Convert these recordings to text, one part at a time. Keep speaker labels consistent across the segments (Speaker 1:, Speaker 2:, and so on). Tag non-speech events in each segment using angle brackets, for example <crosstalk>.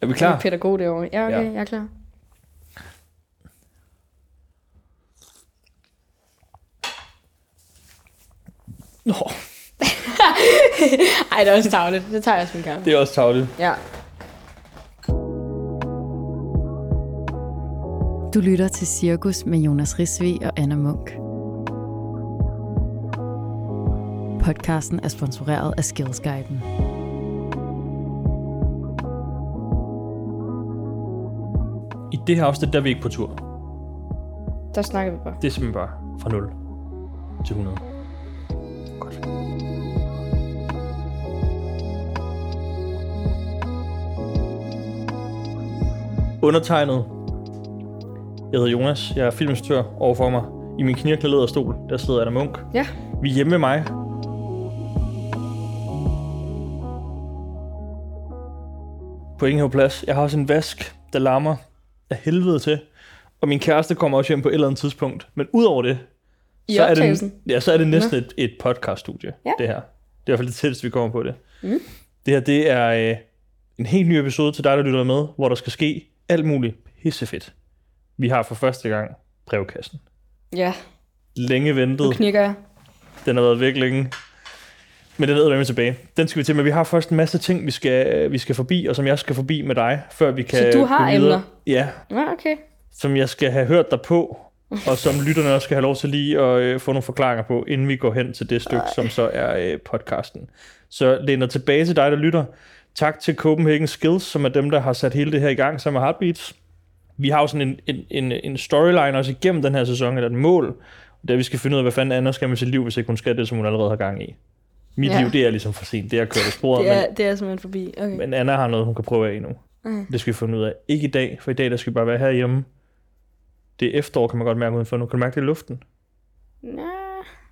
Speaker 1: Er vi
Speaker 2: Jeg er
Speaker 1: klar?
Speaker 2: pædagog derovre. Ja, okay,
Speaker 1: Ja.
Speaker 2: ja. jeg er klar.
Speaker 1: Nå,
Speaker 2: <laughs> Ej, det er også tavlet. Det tager jeg som en gang.
Speaker 1: det er også tavlet.
Speaker 2: Ja.
Speaker 3: Du lytter til Cirkus med Jonas Risvi og Anna Munk. Podcasten er sponsoreret af Skillsguiden.
Speaker 1: I det her afsnit, der er vi ikke på tur.
Speaker 2: Der snakker vi bare.
Speaker 1: Det er simpelthen bare fra 0 til 100. Godt. Undertegnet. Jeg hedder Jonas. Jeg er filmstør overfor mig. I min knirklede stol, der sidder Anna Munk.
Speaker 2: Ja.
Speaker 1: Vi er hjemme med mig. På Ingehav Plads. Jeg har også en vask, der larmer af helvede til. Og min kæreste kommer også hjem på et eller andet tidspunkt. Men udover det,
Speaker 2: I
Speaker 1: så er det,
Speaker 2: optagelsen?
Speaker 1: ja, så er det næsten et, et podcaststudie,
Speaker 2: Ja.
Speaker 1: det her. Det er i hvert fald det tætteste, vi kommer på det.
Speaker 2: Mm.
Speaker 1: Det her, det er øh, en helt ny episode til dig, der lytter med, hvor der skal ske alt muligt pissefedt. Vi har for første gang brevkassen.
Speaker 2: Ja,
Speaker 1: Længe ventet.
Speaker 2: nu knikker jeg.
Speaker 1: Den har været væk længe. Men den er med tilbage. Den skal vi til, men vi har først en masse ting, vi skal, øh, vi skal forbi, og som jeg skal forbi med dig, før vi kan
Speaker 2: Så du har
Speaker 1: gå videre.
Speaker 2: emner?
Speaker 1: Ja,
Speaker 2: Ja, okay.
Speaker 1: som jeg skal have hørt dig på, og
Speaker 2: <laughs>
Speaker 1: som lytterne også skal have lov til lige at øh, få nogle forklaringer på, inden vi går hen til det stykke, som så er øh, podcasten. Så læner tilbage til dig, der lytter. Tak til Copenhagen Skills, som er dem, der har sat hele det her i gang sammen med Heartbeats. Vi har jo sådan en, en, en, en storyline også igennem den her sæson, eller et mål, der vi skal finde ud af, hvad fanden Anna skal med sit liv, hvis ikke hun skal det, som hun allerede har gang i. Mit
Speaker 2: Ja.
Speaker 1: liv, det er ligesom for sent. Det er at køre af sporet,
Speaker 2: Det
Speaker 1: men,
Speaker 2: er, det er simpelthen forbi. Okay.
Speaker 1: Mm. men Anna har noget, hun kan prøve af endnu.
Speaker 2: Okay.
Speaker 1: Det skal vi finde ud af. Ikke i dag, for i dag der skal vi bare være herhjemme. Det er efterår, kan man godt mærke udenfor nu. Kan du mærke det i luften?
Speaker 2: Nå.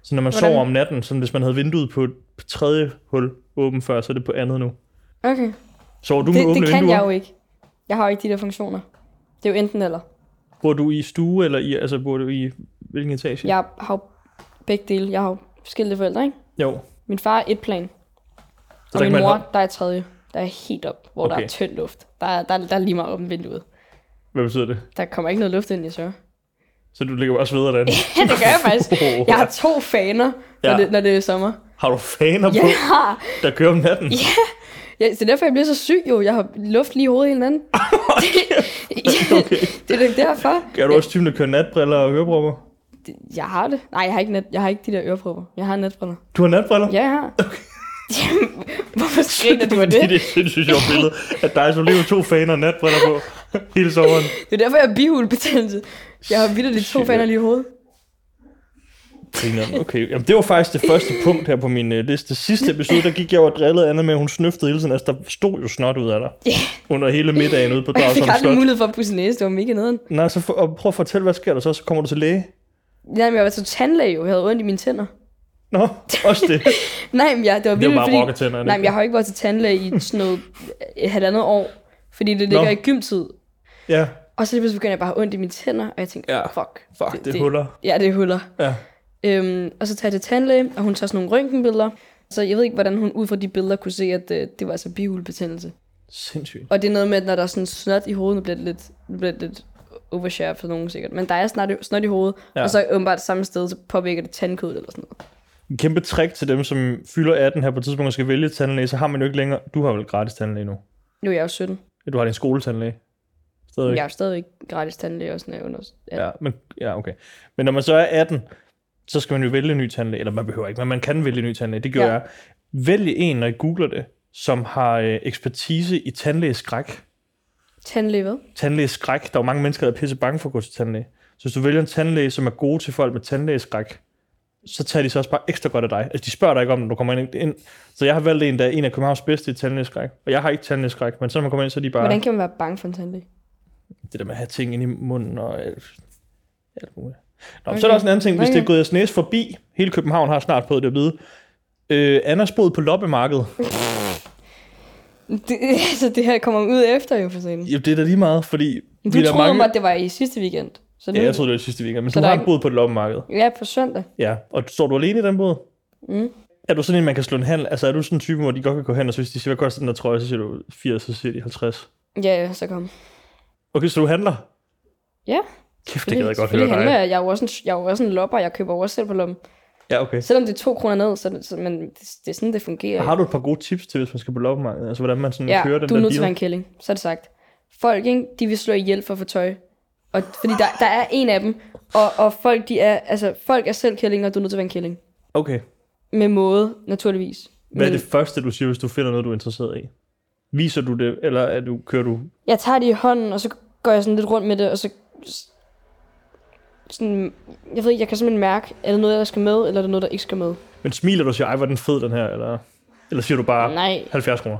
Speaker 1: Så når man Hvordan?
Speaker 2: Hvordan?
Speaker 1: sover om natten, sådan hvis man havde vinduet på et på tredje hul åbent før, så er det på andet nu.
Speaker 2: Okay.
Speaker 1: Sover du med
Speaker 2: Det,
Speaker 1: åbne
Speaker 2: det kan
Speaker 1: vinduer?
Speaker 2: jeg jo ikke. Jeg har jo ikke de der funktioner. Det er jo enten eller.
Speaker 1: Bor du i stue, eller i, altså bor du i hvilken etage?
Speaker 2: Jeg har jo begge dele. Jeg har jo skilte forældre, ikke?
Speaker 1: Jo.
Speaker 2: Min far er et plan,
Speaker 1: Så
Speaker 2: og min
Speaker 1: man
Speaker 2: mor,
Speaker 1: holde-
Speaker 2: der er tredje. Der er helt op, hvor der
Speaker 1: Okay.
Speaker 2: er tynd luft. Der er, der, der er lige meget åbent vinduet.
Speaker 1: Hvad betyder det?
Speaker 2: Der kommer ikke noget luft ind i så. <laughs> ja,
Speaker 1: Så du ligger også videre derinde.
Speaker 2: det gør jeg
Speaker 1: <laughs>
Speaker 2: faktisk.
Speaker 1: Oh,
Speaker 2: Jeg har to faner, når,
Speaker 1: Ja.
Speaker 2: det, når det er
Speaker 1: <laughs>
Speaker 2: sommer.
Speaker 1: Har du faner
Speaker 2: Ja,
Speaker 1: på,
Speaker 2: jeg har.
Speaker 1: der kører om natten? Ja.
Speaker 2: Ja, så derfor jeg bliver så syg jo. Jeg har luft lige i hovedet
Speaker 1: <laughs>
Speaker 2: hele natten.
Speaker 1: Okay.
Speaker 2: <laughs> det er da derfor.
Speaker 1: Er du også typen, der kører natbriller og hørebrummer?
Speaker 2: Jeg har det. Nej, jeg har ikke, net, jeg har ikke de der ørepropper. Jeg har netbriller.
Speaker 1: Du har natbriller?
Speaker 2: Ja, jeg
Speaker 1: <laughs>
Speaker 2: har. Okay. <laughs> Hvorfor skriner du af
Speaker 1: Det er
Speaker 2: <laughs> det?
Speaker 1: et sindssygt sjovt billede, at dig som lever to faner og natbriller på hele sommeren.
Speaker 2: Det er derfor, jeg har bihulebetændelse. Jeg har vildt to
Speaker 1: Shit.
Speaker 2: faner lige i hovedet.
Speaker 1: Grineren, okay. Jamen, det var faktisk det første punkt her på min øh, liste. Sidste episode, der gik jeg jo og drillede Anna med, at hun snøftede hele tiden. Altså, der stod jo snot ud af dig. Under hele middagen ude på
Speaker 2: Og jeg fik
Speaker 1: Dragsholm
Speaker 2: aldrig
Speaker 1: Slot.
Speaker 2: mulighed for at pusse næse. Det var mega nederen.
Speaker 1: Nej, så for, og prøv at fortælle, hvad sker der så? Så kommer du til læge?
Speaker 2: Nej, men jeg var til tandlæge jo. Jeg havde ondt i mine tænder.
Speaker 1: Nå, også det.
Speaker 2: Nej, men jeg, det var
Speaker 1: Det var
Speaker 2: vildt,
Speaker 1: bare
Speaker 2: fordi...
Speaker 1: rocketænder.
Speaker 2: Nej, men jeg har jo ikke været til tandlæge i sådan noget et halvandet år. Fordi det ligger i gymtid.
Speaker 1: Ja,
Speaker 2: Og så lige pludselig begyndte jeg bare at have ondt i mine tænder, og jeg tænkte,
Speaker 1: Ja.
Speaker 2: ja. fuck.
Speaker 1: fuck, det, det huller.
Speaker 2: Ja, det er huller.
Speaker 1: Ja.
Speaker 2: Øhm, og så tager jeg til tandlæge, og hun tager sådan nogle røntgenbilleder. Så jeg ved ikke, hvordan hun ud fra de billeder kunne se, at øh, det var altså bihulebetændelse.
Speaker 1: Sindssygt.
Speaker 2: Og det er noget med, at når der er sådan snot i hovedet, nu bliver det lidt, nu bliver det lidt overshare for nogen sikkert. Men der er snart snot i hovedet,
Speaker 1: Ja.
Speaker 2: ja. og så åbenbart samme sted, så påvirker det tandkødet eller sådan noget.
Speaker 1: En kæmpe trick til dem, som fylder 18 her på et tidspunkt og skal vælge tandlæge, så har man jo ikke længere... Du har vel gratis tandlæge nu?
Speaker 2: Nu er jeg jo 17.
Speaker 1: Ja, Du har din skoletandlæge. Stadig.
Speaker 2: Jeg er jo stadigvæk gratis tandlæge og sådan noget. Under, ja.
Speaker 1: Ja, men, ja, okay. Men når man så er 18, så skal man jo vælge en ny tandlæge. Eller man behøver ikke, men man kan vælge en ny tandlæge. Det gjorde ja.
Speaker 2: Ja.
Speaker 1: jeg. Vælg en, når I googler det, som har øh, ekspertise i tandlægeskræk.
Speaker 2: Tandlæge hvad?
Speaker 1: Tandlægeskræk. Der er jo mange mennesker, der er pisse bange for at gå til tandlæge. Så hvis du vælger en tandlæge, som er god til folk med tandlægeskræk, så tager de så også bare ekstra godt af dig. Altså, de spørger dig ikke om, når du kommer ind. ind. Så jeg har valgt en, der er en af Københavns bedste i tandlægeskræk. Og jeg har ikke tandlægeskræk, men så når man kommer ind, så er de bare...
Speaker 2: Hvordan kan man være bange for en tandlæge? <laughs>
Speaker 1: det der med at have ting ind i munden og alt, alt muligt. Nå, okay.
Speaker 2: Okay.
Speaker 1: Så er der også en anden ting, hvis det er
Speaker 2: Okay.
Speaker 1: gået jeres næse forbi, hele København har snart fået det at vide, øh, Annas bod på loppemarkedet,
Speaker 2: Det, altså, det her kommer ud efter jo for sent.
Speaker 1: jo, det er da lige meget, fordi
Speaker 2: Du
Speaker 1: vi er der
Speaker 2: troede mange... mig, at det var i sidste weekend. Så nu...
Speaker 1: Ja, jeg troede, det var sidste weekend, men
Speaker 2: Så
Speaker 1: så du
Speaker 2: der
Speaker 1: har
Speaker 2: er
Speaker 1: en
Speaker 2: ikke-
Speaker 1: bod på et loppemarked.
Speaker 2: Ja, på søndag.
Speaker 1: Ja, og står du alene i den bod?
Speaker 2: Mm.
Speaker 1: Er du sådan en, man kan slå en handel? Altså er du sådan en type, hvor de godt kan gå hen, og så hvis de siger, hvad koster den der trøje, så siger du 80, så siger de 50.
Speaker 2: Ja, ja, så kom.
Speaker 1: Okay, så du handler?
Speaker 2: Ja.
Speaker 1: Kæft, det gad jeg godt høre
Speaker 2: Selvfølgelig handler
Speaker 1: dig.
Speaker 2: Jeg, jeg, er jo også en, jeg er jo også en lopper, jeg køber også selv på lommen.
Speaker 1: Ja, okay.
Speaker 2: Selvom det er to kroner ned, så, så men det, det, er sådan, det fungerer.
Speaker 1: Har du et par gode tips til, hvis man skal på loppemarkedet? Altså, hvordan man sådan
Speaker 2: ja,
Speaker 1: kører den
Speaker 2: du er
Speaker 1: der
Speaker 2: nødt til at være en
Speaker 1: deal?
Speaker 2: kælling, så er det sagt. Folk, ikke, de vil slå ihjel for at få tøj. Og, fordi der, der er en af dem, og, og folk, de er, altså, folk er selv kællinger, og du er nødt til at være en kælling.
Speaker 1: Okay.
Speaker 2: Med måde, naturligvis.
Speaker 1: Hvad er
Speaker 2: Men
Speaker 1: det første, du siger, hvis du finder noget, du er interesseret i? Viser du det, eller er du, kører du...
Speaker 2: Jeg tager det i hånden, og så går jeg sådan lidt rundt med det, og så... Sådan, jeg ved ikke, jeg kan simpelthen mærke, er det noget, der skal med, eller er det noget, der ikke skal med.
Speaker 1: Men smiler du og siger, ej, hvor er den fed, den her, eller... Eller siger du bare
Speaker 2: Nej,
Speaker 1: 70 kroner?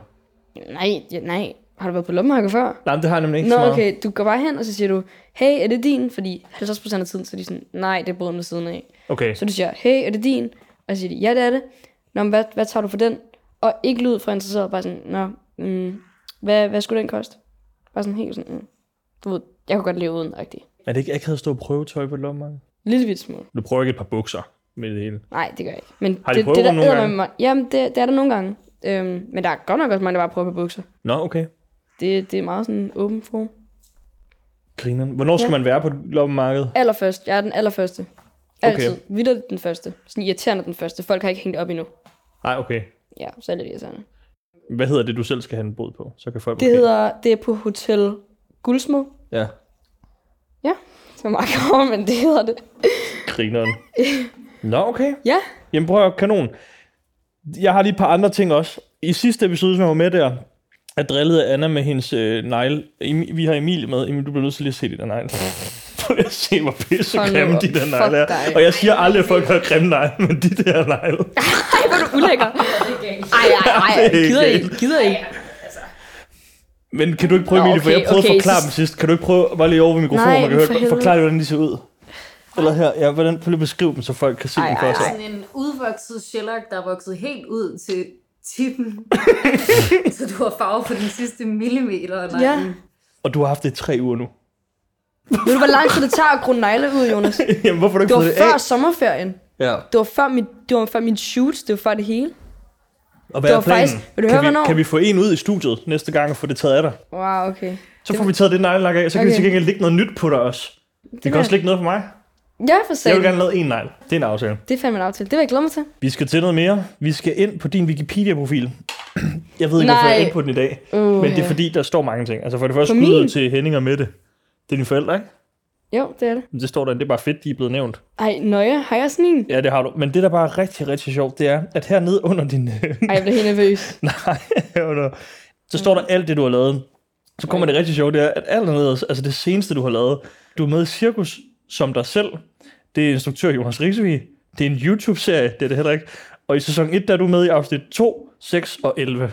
Speaker 2: nej, ja, nej. Har du været på loppemarked før?
Speaker 1: Nej, men det har jeg nemlig ikke så
Speaker 2: Nå,
Speaker 1: meget.
Speaker 2: okay, du går bare hen, og så siger du, hey, er det din? Fordi 50% af tiden, så er de sådan, nej, det er brødet ved siden af.
Speaker 1: Okay,
Speaker 2: Så du siger, hey, er det din? Og så siger de, ja, det er det. Nå, men hvad, hvad tager du for den? Og ikke lyd fra interesseret, bare sådan, nå, mm, hvad, hvad skulle den koste? Bare sådan helt sådan, mm. du ved, jeg kunne godt leve uden, rigtig.
Speaker 1: er det ikke akavet at stå og prøve tøj på et loppemarked?
Speaker 2: Lille bit smule.
Speaker 1: Du prøver ikke et par bukser med det hele.
Speaker 2: Nej, det gør jeg ikke. Men
Speaker 1: Har de
Speaker 2: det,
Speaker 1: prøvet
Speaker 2: det, der
Speaker 1: dem nogle
Speaker 2: æder
Speaker 1: gange?
Speaker 2: Mig, jamen, det, det, er der nogle gange. Øhm, men der er godt nok også mange, der bare prøver på bukser.
Speaker 1: Nå, okay.
Speaker 2: Det, det er meget sådan åben for.
Speaker 1: Grineren. Hvornår skal
Speaker 2: Ja.
Speaker 1: man være på et loppemarked?
Speaker 2: Allerførst. Jeg er den allerførste. Altid.
Speaker 1: Okay.
Speaker 2: Okay. Vildt den første. Sådan irriterende den første. Folk har ikke hængt op endnu.
Speaker 1: Nej, okay.
Speaker 2: Ja, så er det lidt irriterende.
Speaker 1: Hvad hedder det, du selv skal have en bod på? Så kan folk
Speaker 2: Det
Speaker 1: måske-
Speaker 2: hedder, det er på Hotel Guldsmed.
Speaker 1: Ja,
Speaker 2: Det var meget <laughs> gammel, men det hedder det. <laughs>
Speaker 1: grineren. Nå, okay.
Speaker 2: Ja.
Speaker 1: Jamen prøv at høre, kanon. Jeg har lige et par andre ting også. I sidste episode, som jeg var med der, jeg drillede Anna med hendes øh, negle. Em- Vi har Emilie med. Emil, du bliver nødt til lige at se de der negle. <laughs> Prøv lige at se, hvor pisse
Speaker 2: Hold nu
Speaker 1: grimme
Speaker 2: op.
Speaker 1: de der
Speaker 2: Fuck
Speaker 1: negle er.
Speaker 2: dig.
Speaker 1: Og jeg siger aldrig, at folk har grimme negle, men de der
Speaker 2: <laughs>
Speaker 1: negle.
Speaker 2: Ej, hvor er
Speaker 1: <laughs>
Speaker 2: du ulækker. Ej, ej, ej,
Speaker 1: Det er ikke
Speaker 2: ej. Gider I?
Speaker 1: galt.
Speaker 2: Gider I?
Speaker 1: Men kan du ikke prøve,
Speaker 2: Nå,
Speaker 1: Emilie, for
Speaker 2: okay,
Speaker 1: jeg prøvede
Speaker 2: okay,
Speaker 1: at forklare
Speaker 2: så-
Speaker 1: dem sidst. Kan du ikke prøve bare lige over ved mikrofonen,
Speaker 2: Nej,
Speaker 1: man kan
Speaker 2: men for
Speaker 1: høre,
Speaker 2: helvede.
Speaker 1: forklare, hvordan de ser ud? Eller her, ja, hvordan, prøv lige at beskrive dem, så folk kan se dem for
Speaker 2: ej,
Speaker 1: sig.
Speaker 2: ej.
Speaker 4: sådan en udvokset Sherlock, der er vokset helt ud til tippen. så du har farve på den sidste millimeter. eller
Speaker 2: Ja.
Speaker 4: en-
Speaker 1: Og du har haft det i tre uger nu. <laughs>
Speaker 2: Ved du, hvor lang tid det tager at gro negle ud, Jonas?
Speaker 1: Jamen, hvorfor har du ikke
Speaker 2: Det var
Speaker 1: fået det
Speaker 2: før
Speaker 1: af?
Speaker 2: sommerferien.
Speaker 1: Ja.
Speaker 2: Det var før mit, det var før min shoots. Det var før det hele.
Speaker 1: Og hvad
Speaker 2: Det
Speaker 1: er
Speaker 2: var
Speaker 1: planen?
Speaker 2: faktisk- Vil du
Speaker 1: kan,
Speaker 2: høre,
Speaker 1: vi,
Speaker 2: hvornår?
Speaker 1: kan vi få en ud i studiet næste gang og få det taget af dig?
Speaker 2: Wow, okay.
Speaker 1: Så får vi taget det neglelak af, så kan okay. vi
Speaker 2: Okay.
Speaker 1: til gengæld lægge noget nyt på dig også. Det, det
Speaker 2: vil
Speaker 1: kan også
Speaker 2: jeg-
Speaker 1: ligge noget for mig.
Speaker 2: Ja, for
Speaker 1: Jeg vil
Speaker 2: sagen.
Speaker 1: gerne lave en negl. Det er en aftale.
Speaker 2: Det fandt man aftale. Det vil jeg glæde mig til.
Speaker 1: Vi skal til noget mere. Vi skal ind på din Wikipedia-profil. <clears throat> Jeg ved ikke,
Speaker 2: Nej.
Speaker 1: hvorfor jeg er inde på den i dag.
Speaker 2: Uh,
Speaker 1: Men det er fordi, der står mange ting. Altså for det første
Speaker 2: På
Speaker 1: skud
Speaker 2: min?
Speaker 1: til Henning og Mette. Det er dine forældre, ikke?
Speaker 2: Jo, det er det.
Speaker 1: Men det står der, det er bare fedt, de er blevet nævnt.
Speaker 2: Ej, nøje. Har jeg sådan en?
Speaker 1: Ja, det har du. Men det, der bare er rigtig, rigtig sjovt, det er, at hernede under din... øh,
Speaker 2: Ej, jeg bliver helt nervøs.
Speaker 1: Nej, under... Så står der
Speaker 2: Mm.
Speaker 1: alt det, du har lavet. Så kommer det rigtig sjovt, det er, at alt andet, altså det seneste, du har lavet, du er med i Cirkus som dig selv. Det er instruktør Jonas Risevig. Det er en YouTube-serie, det er det heller ikke. Og i sæson 1, der er du med i afsnit 2, 6 og 11.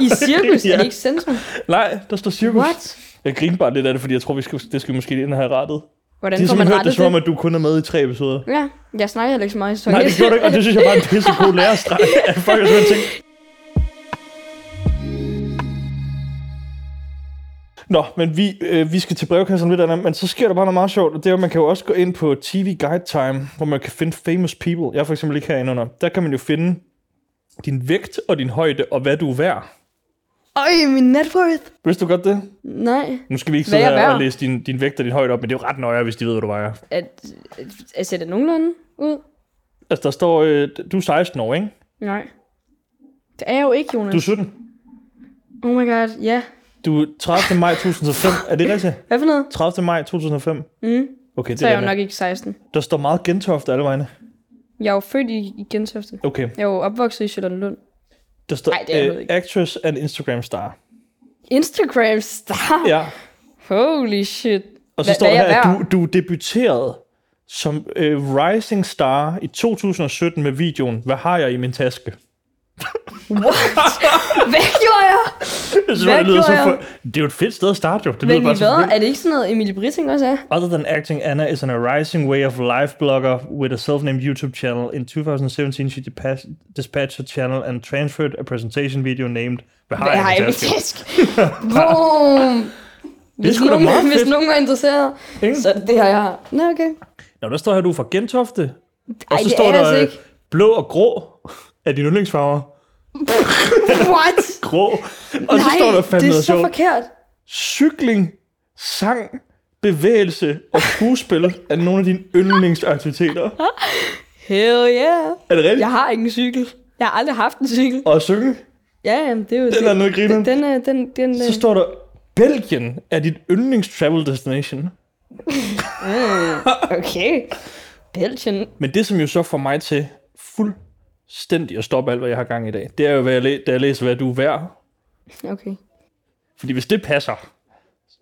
Speaker 2: I
Speaker 1: <laughs>
Speaker 2: cirkus?
Speaker 1: Ja.
Speaker 2: Er det ikke centrum?
Speaker 1: Nej, der står Cirkus.
Speaker 2: What?
Speaker 1: Jeg griner bare lidt af det, fordi jeg tror, vi skal, det skal vi måske lige ind og have rettet.
Speaker 2: Hvordan
Speaker 1: det er
Speaker 2: får man
Speaker 1: simpelthen hørt det,
Speaker 2: rettet
Speaker 1: som om,
Speaker 2: det?
Speaker 1: at du kun er med i tre episoder.
Speaker 2: Ja, jeg snakker heller ikke så meget i sæson
Speaker 1: Nej, det
Speaker 2: et.
Speaker 1: gjorde du ikke, og det synes jeg bare er en pissegod lærerstreg. At folk har sådan ting. Nå, men vi, øh, vi skal til brevkassen om lidt, Anna, men så sker der bare noget meget sjovt, og det er, at man kan jo også gå ind på TV Guide Time, hvor man kan finde famous people. Jeg er for eksempel ikke herinde under. Der kan man jo finde din vægt og din højde, og hvad du er værd.
Speaker 2: Øj, min net worth.
Speaker 1: Vidste du godt det?
Speaker 2: Nej.
Speaker 1: Nu skal vi ikke
Speaker 2: Hvad
Speaker 1: sidde
Speaker 2: jeg er
Speaker 1: her og
Speaker 2: værd?
Speaker 1: læse din, din vægt og din højde op, men det er jo ret nøjere, hvis de ved, hvad du vejer.
Speaker 2: At, at ser det nogenlunde ud?
Speaker 1: Altså, der står, øh, du er 16 år, ikke?
Speaker 2: Nej. Det er jeg jo ikke, Jonas.
Speaker 1: Du er 17.
Speaker 2: Oh my god, ja.
Speaker 1: Du er 30. maj 2005. Er det rigtigt?
Speaker 2: Hvad for noget?
Speaker 1: 30. maj 2005?
Speaker 2: Mm.
Speaker 1: Okay, det
Speaker 2: Så er
Speaker 1: er
Speaker 2: jeg jo
Speaker 1: nok...
Speaker 2: nok ikke 16.
Speaker 1: Der står meget gentofte alle vegne.
Speaker 2: Jeg er jo født i, i Gentofte.
Speaker 1: Okay.
Speaker 2: Jeg er jo opvokset i Charlottenlund.
Speaker 1: Der står
Speaker 2: Ej, det er jeg
Speaker 1: øh,
Speaker 2: ved ikke.
Speaker 1: actress and Instagram star.
Speaker 2: Instagram star.
Speaker 1: Ja.
Speaker 2: Holy shit.
Speaker 1: Og så
Speaker 2: Hva-
Speaker 1: står der
Speaker 2: hvad er
Speaker 1: her,
Speaker 2: jeg
Speaker 1: at
Speaker 2: værd?
Speaker 1: du, du debuterede som øh, rising star i 2017 med videoen Hvad har jeg i min taske? <laughs>
Speaker 2: <laughs> Hvad gjorde jeg?
Speaker 1: Jeg synes,
Speaker 2: Hvad
Speaker 1: det, lyder så
Speaker 2: gjorde
Speaker 1: for... det er jo et fedt sted at starte, jo. Det
Speaker 2: Men
Speaker 1: lyder bare
Speaker 2: i hvad?
Speaker 1: så fedt.
Speaker 2: Er det ikke sådan noget, Emilie Brissing også er?
Speaker 1: Other than acting, Anna is on a rising way of life blogger with a self-named YouTube channel. In 2017, she dispatched, dispatched her channel and transferred a presentation video named Hvad har
Speaker 2: Hvad har
Speaker 1: jeg i
Speaker 2: jeg i
Speaker 1: min
Speaker 2: min
Speaker 1: taske?
Speaker 2: task?
Speaker 1: <laughs>
Speaker 2: Boom! Hvis,
Speaker 1: sgu da
Speaker 2: nogen,
Speaker 1: meget
Speaker 2: hvis
Speaker 1: fedt.
Speaker 2: nogen var interesseret,
Speaker 1: Ikke?
Speaker 2: så er det det her, jeg har. Nå, okay.
Speaker 1: Nå, der står her, du er fra Gentofte. Og
Speaker 2: Ej,
Speaker 1: så
Speaker 2: det
Speaker 1: står
Speaker 2: er jeg
Speaker 1: der
Speaker 2: altså
Speaker 1: øh,
Speaker 2: ikke.
Speaker 1: blå og grå er dine yndlingsfarver.
Speaker 2: What?
Speaker 1: grå. <laughs> Og så
Speaker 2: Nej,
Speaker 1: står der fandme
Speaker 2: det er
Speaker 1: noget
Speaker 2: så
Speaker 1: sjovt.
Speaker 2: forkert.
Speaker 1: Cykling, sang, bevægelse og skuespil er nogle af dine yndlingsaktiviteter.
Speaker 2: Hell yeah.
Speaker 1: Er det rigtigt?
Speaker 2: Jeg har ikke en cykel. Jeg har aldrig haft en cykel.
Speaker 1: Og at synge,
Speaker 2: Ja, jamen, det er jo
Speaker 1: den er noget
Speaker 2: Den,
Speaker 1: grineren.
Speaker 2: den, øh, den, den,
Speaker 1: Så står der, Belgien er dit yndlingstravel destination.
Speaker 2: øh, <laughs> Okay. Belgien.
Speaker 1: Men det, som jo så får mig til fuldstændig at stoppe alt, hvad jeg har gang i dag, det er jo, hvad jeg, læ- da jeg læser, hvad du er værd.
Speaker 2: Okay.
Speaker 1: Fordi hvis det passer,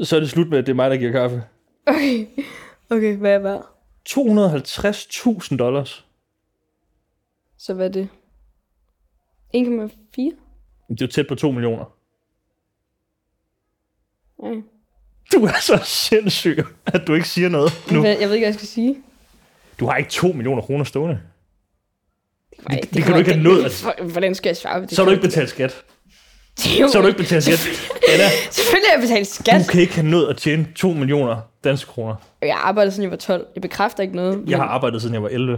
Speaker 1: så er det slut med, at det er mig, der giver kaffe.
Speaker 2: Okay. Okay, hvad er hvad?
Speaker 1: 250.000 dollars.
Speaker 2: Så hvad er det? 1,4?
Speaker 1: Det er jo tæt på 2 millioner.
Speaker 2: Nej.
Speaker 1: Du er så sindssyg, at du ikke siger noget nu.
Speaker 2: Hvad, jeg ved ikke, hvad jeg skal sige.
Speaker 1: Du har ikke 2 millioner kroner stående.
Speaker 2: Nej,
Speaker 1: det kan du ikke have nået at-
Speaker 2: Hvordan skal jeg svare på det?
Speaker 1: Så har du ikke betalt skat.
Speaker 2: Det er jo-
Speaker 1: Så har du ikke betalt
Speaker 2: <laughs>
Speaker 1: skat. Anna,
Speaker 2: Selvfølgelig har jeg betalt skat.
Speaker 1: du kan ikke have nået at tjene 2 millioner danske kroner.
Speaker 2: Jeg arbejdede siden jeg var 12. Jeg bekræfter ikke noget.
Speaker 1: Jeg
Speaker 2: men-
Speaker 1: har arbejdet, siden jeg var
Speaker 2: <laughs>
Speaker 1: 11.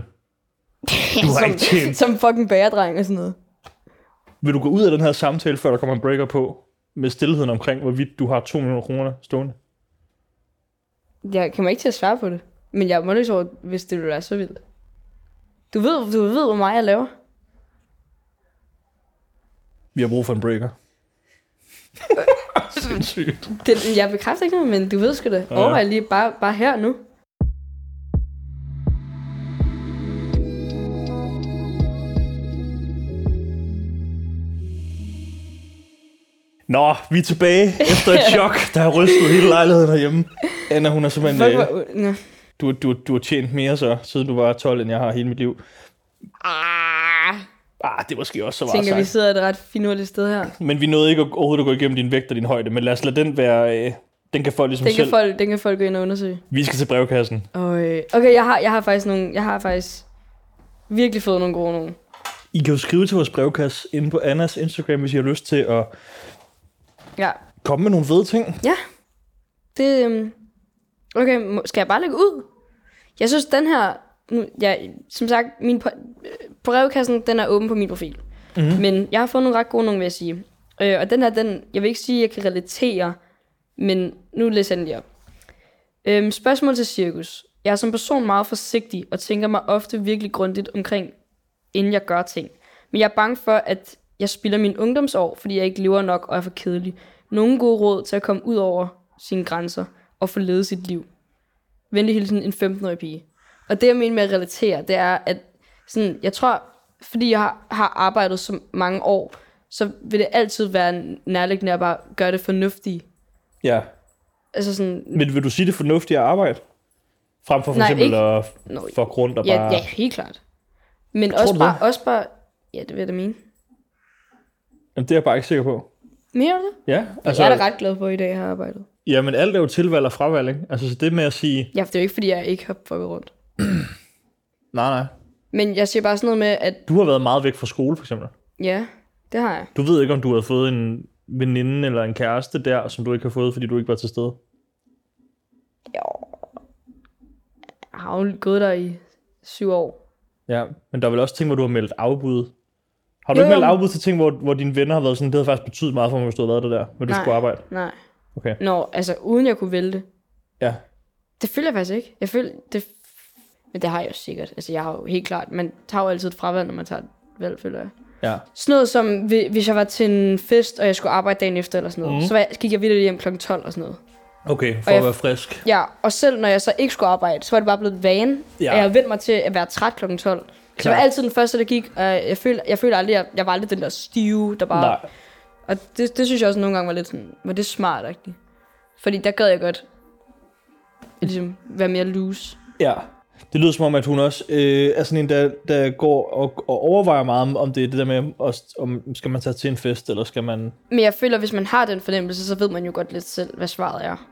Speaker 1: Du har
Speaker 2: som,
Speaker 1: ikke tjent.
Speaker 2: Som fucking bæredreng og sådan noget.
Speaker 1: Vil du gå ud af den her samtale, før der kommer en breaker på, med stillheden omkring, hvorvidt du har 2 millioner kroner stående?
Speaker 2: Jeg kommer ikke til at svare på det. Men jeg er målløs over, hvis det ville være så vildt. Du ved, du ved, hvor meget jeg laver.
Speaker 1: Vi har brug for en
Speaker 2: <laughs>
Speaker 1: breaker. Sindssygt.
Speaker 2: Det, jeg bekræfter ikke noget, men du ved sgu det.
Speaker 1: Ja.
Speaker 2: Overvej lige bare, bare her nu.
Speaker 1: Nå, vi er tilbage efter et chok, der har rystet hele lejligheden herhjemme. Anna, hun er simpelthen...
Speaker 2: Folk
Speaker 1: øh,
Speaker 2: var, nå.
Speaker 1: du, du, du har tjent mere så, siden du var 12, end jeg har hele mit liv.
Speaker 2: Ah,
Speaker 1: Ah, det er måske også så
Speaker 2: tænker, vi
Speaker 1: meget sagt.
Speaker 2: sidder et ret finurligt sted her.
Speaker 1: Men vi nåede ikke at- overhovedet at gå igennem din vægt og din højde, men lad os lade den være... Øh, den kan folk ligesom
Speaker 2: Den kan
Speaker 1: selv...
Speaker 2: folk, den kan folk gå ind og undersøge.
Speaker 1: Vi skal til brevkassen.
Speaker 2: Og, øh, okay, jeg har, jeg har faktisk nogle, jeg har faktisk virkelig fået nogle gode nogen.
Speaker 1: I kan jo skrive til vores brevkasse inde på Annas Instagram, hvis I har lyst til at
Speaker 2: Ja.
Speaker 1: komme med nogle fede ting.
Speaker 2: Ja. Det, øhm, okay, må, skal jeg bare lægge ud? Jeg synes, den her, nu, jeg, som sagt, min po- øh, brevkassen, den er åben på min profil. Mm-hmm. Men jeg har fået nogle ret gode nogle, vil jeg sige. Øh, og den her, den, jeg vil ikke sige, at jeg kan relatere, men nu læser jeg den lige op. Øhm, spørgsmål til cirkus. Jeg er som person meget forsigtig og tænker mig ofte virkelig grundigt omkring, inden jeg gør ting. Men jeg er bange for, at jeg spilder mine ungdomsår, fordi jeg ikke lever nok og er for kedelig. Nogle gode råd til at komme ud over sine grænser og få levet sit liv. Venlig hilsen en 15-årig pige. Og det, jeg mener med at relatere, det er, at sådan, jeg tror, fordi jeg har, har arbejdet så mange år, så vil det altid være nærliggende at bare gøre det fornuftige.
Speaker 1: Ja.
Speaker 2: Altså sådan,
Speaker 1: Men vil du sige det er fornuftigt at arbejde? Frem for for
Speaker 2: Nej,
Speaker 1: eksempel
Speaker 2: ikke-
Speaker 1: at
Speaker 2: Nå,
Speaker 1: få rundt og
Speaker 2: Ja,
Speaker 1: bare...
Speaker 2: ja helt klart. Men
Speaker 1: du
Speaker 2: også bare,
Speaker 1: det?
Speaker 2: også bare... Ja, det vil jeg da mene.
Speaker 1: Jamen, det er jeg bare ikke sikker på.
Speaker 2: Mere det?
Speaker 1: Ja,
Speaker 2: Altså, jeg er da ret glad for, at i dag har arbejdet.
Speaker 1: ja, men alt er jo tilvalg og fravalg, ikke? Altså, så det med at sige,
Speaker 2: Ja, for det er jo ikke, fordi jeg ikke har fucket rundt.
Speaker 1: nej, nej,
Speaker 2: Men jeg siger bare sådan noget med, at
Speaker 1: du har været meget væk fra skole, for eksempel.
Speaker 2: ja, det har jeg.
Speaker 1: Du ved ikke, om du har fået en veninde eller en kæreste der, som du ikke har fået, fordi du ikke var til stede.
Speaker 2: Jo. Jeg har jo gået der i syv år.
Speaker 1: Ja, men der er vel også ting, hvor du har meldt afbud. Har du
Speaker 2: Jo,
Speaker 1: ikke meldt
Speaker 2: jo.
Speaker 1: afbud til ting, hvor, hvor dine venner har været sådan, det havde faktisk betydet meget for mig, hvis du havde været der der, når du
Speaker 2: Nej.
Speaker 1: skulle arbejde?
Speaker 2: Nej.
Speaker 1: Okay.
Speaker 2: Nå, altså uden jeg kunne vælte.
Speaker 1: Ja.
Speaker 2: Det føler jeg faktisk ikke. Jeg føler, det... Men det har jeg jo sikkert. Altså jeg har jo helt klart, man tager jo altid et fravalg, når man tager et valg, føler jeg.
Speaker 1: Ja.
Speaker 2: Sådan noget som, hvi- hvis jeg var til en fest, og jeg skulle arbejde dagen efter, eller sådan noget, mm. så var jeg- gik jeg vildt hjem kl. 12 og sådan noget.
Speaker 1: Okay, for
Speaker 2: Og
Speaker 1: at
Speaker 2: jeg-
Speaker 1: være frisk.
Speaker 2: Ja, og selv når jeg så ikke skulle arbejde, så var det bare blevet vane.
Speaker 1: Ja.
Speaker 2: Ja. Og jeg havde vendt mig til at være træt kl. 12. Så jeg
Speaker 1: Klart.
Speaker 2: var altid den første, der gik. Og jeg følte, jeg følte aldrig, jeg, jeg var aldrig den der stive, der bare...
Speaker 1: Nej.
Speaker 2: Og det, det synes jeg også nogle gange var lidt sådan, var det smart, rigtigt. Fordi der gad jeg godt at ligesom, være mere loose.
Speaker 1: Ja. Det lyder som om, at hun også øh, er sådan en, der, der går og, og overvejer meget, om- om det er det der med, også, om skal man tage til en fest, eller skal man...
Speaker 2: Men jeg føler, hvis man har den fornemmelse, så ved man jo godt lidt selv, hvad svaret er.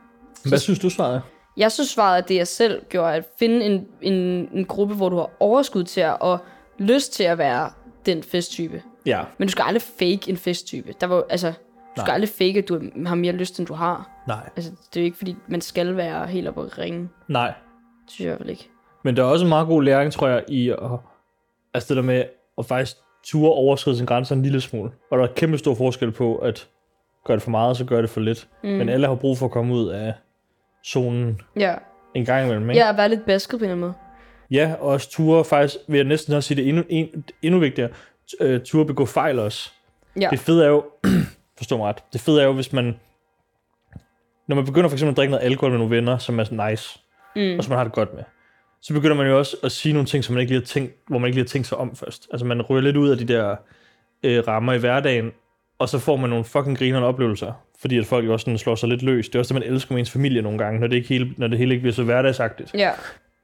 Speaker 1: Hvad synes du, svaret er?
Speaker 2: Jeg synes svaret er det, jeg selv gjorde, at finde en, en, en gruppe, hvor du har overskud til at, og lyst til at være den festtype.
Speaker 1: Ja.
Speaker 2: Men du skal aldrig fake en festtype. Der var, altså, du skal
Speaker 1: Nej.
Speaker 2: aldrig fake, at du har mere lyst, end du har.
Speaker 1: Nej.
Speaker 2: Altså, det er jo ikke, fordi man skal være helt oppe at ringe.
Speaker 1: Nej.
Speaker 2: Det synes jeg i hvert fald ikke.
Speaker 1: Men der er også en meget god læring, tror jeg, i at, altså det der med at faktisk turde overskride sin grænser en lille smule. Og der er kæmpe stor forskel på, at gør det for meget, så gør det for lidt. Mm. Men alle har brug for at komme ud af zonen
Speaker 2: Ja.
Speaker 1: en gang imellem. Ikke?
Speaker 2: Jeg har været lidt basket på en eller anden måde.
Speaker 1: Ja, og også ture faktisk, vil jeg næsten også sige det er endnu, en, endnu vigtigere, t- øh, ture begå fejl også.
Speaker 2: Ja.
Speaker 1: Det fede er jo, <clears throat> forstå mig ret, det fede er jo, hvis man, når man begynder for eksempel at drikke noget alkohol med nogle venner, som er sådan nice, mm. og som man har det godt med, så begynder man jo også at sige nogle ting, som man ikke lige har tænkt, hvor man ikke lige har tænkt sig om først. Altså man ryger lidt ud af de der øh, rammer i hverdagen, og så får man nogle fucking grinerende oplevelser, fordi at folk jo også sådan slår sig lidt løs. Det er også det, man elsker med ens familie nogle gange, når det, ikke hele, når det hele ikke bliver så hverdagsagtigt.
Speaker 2: Ja.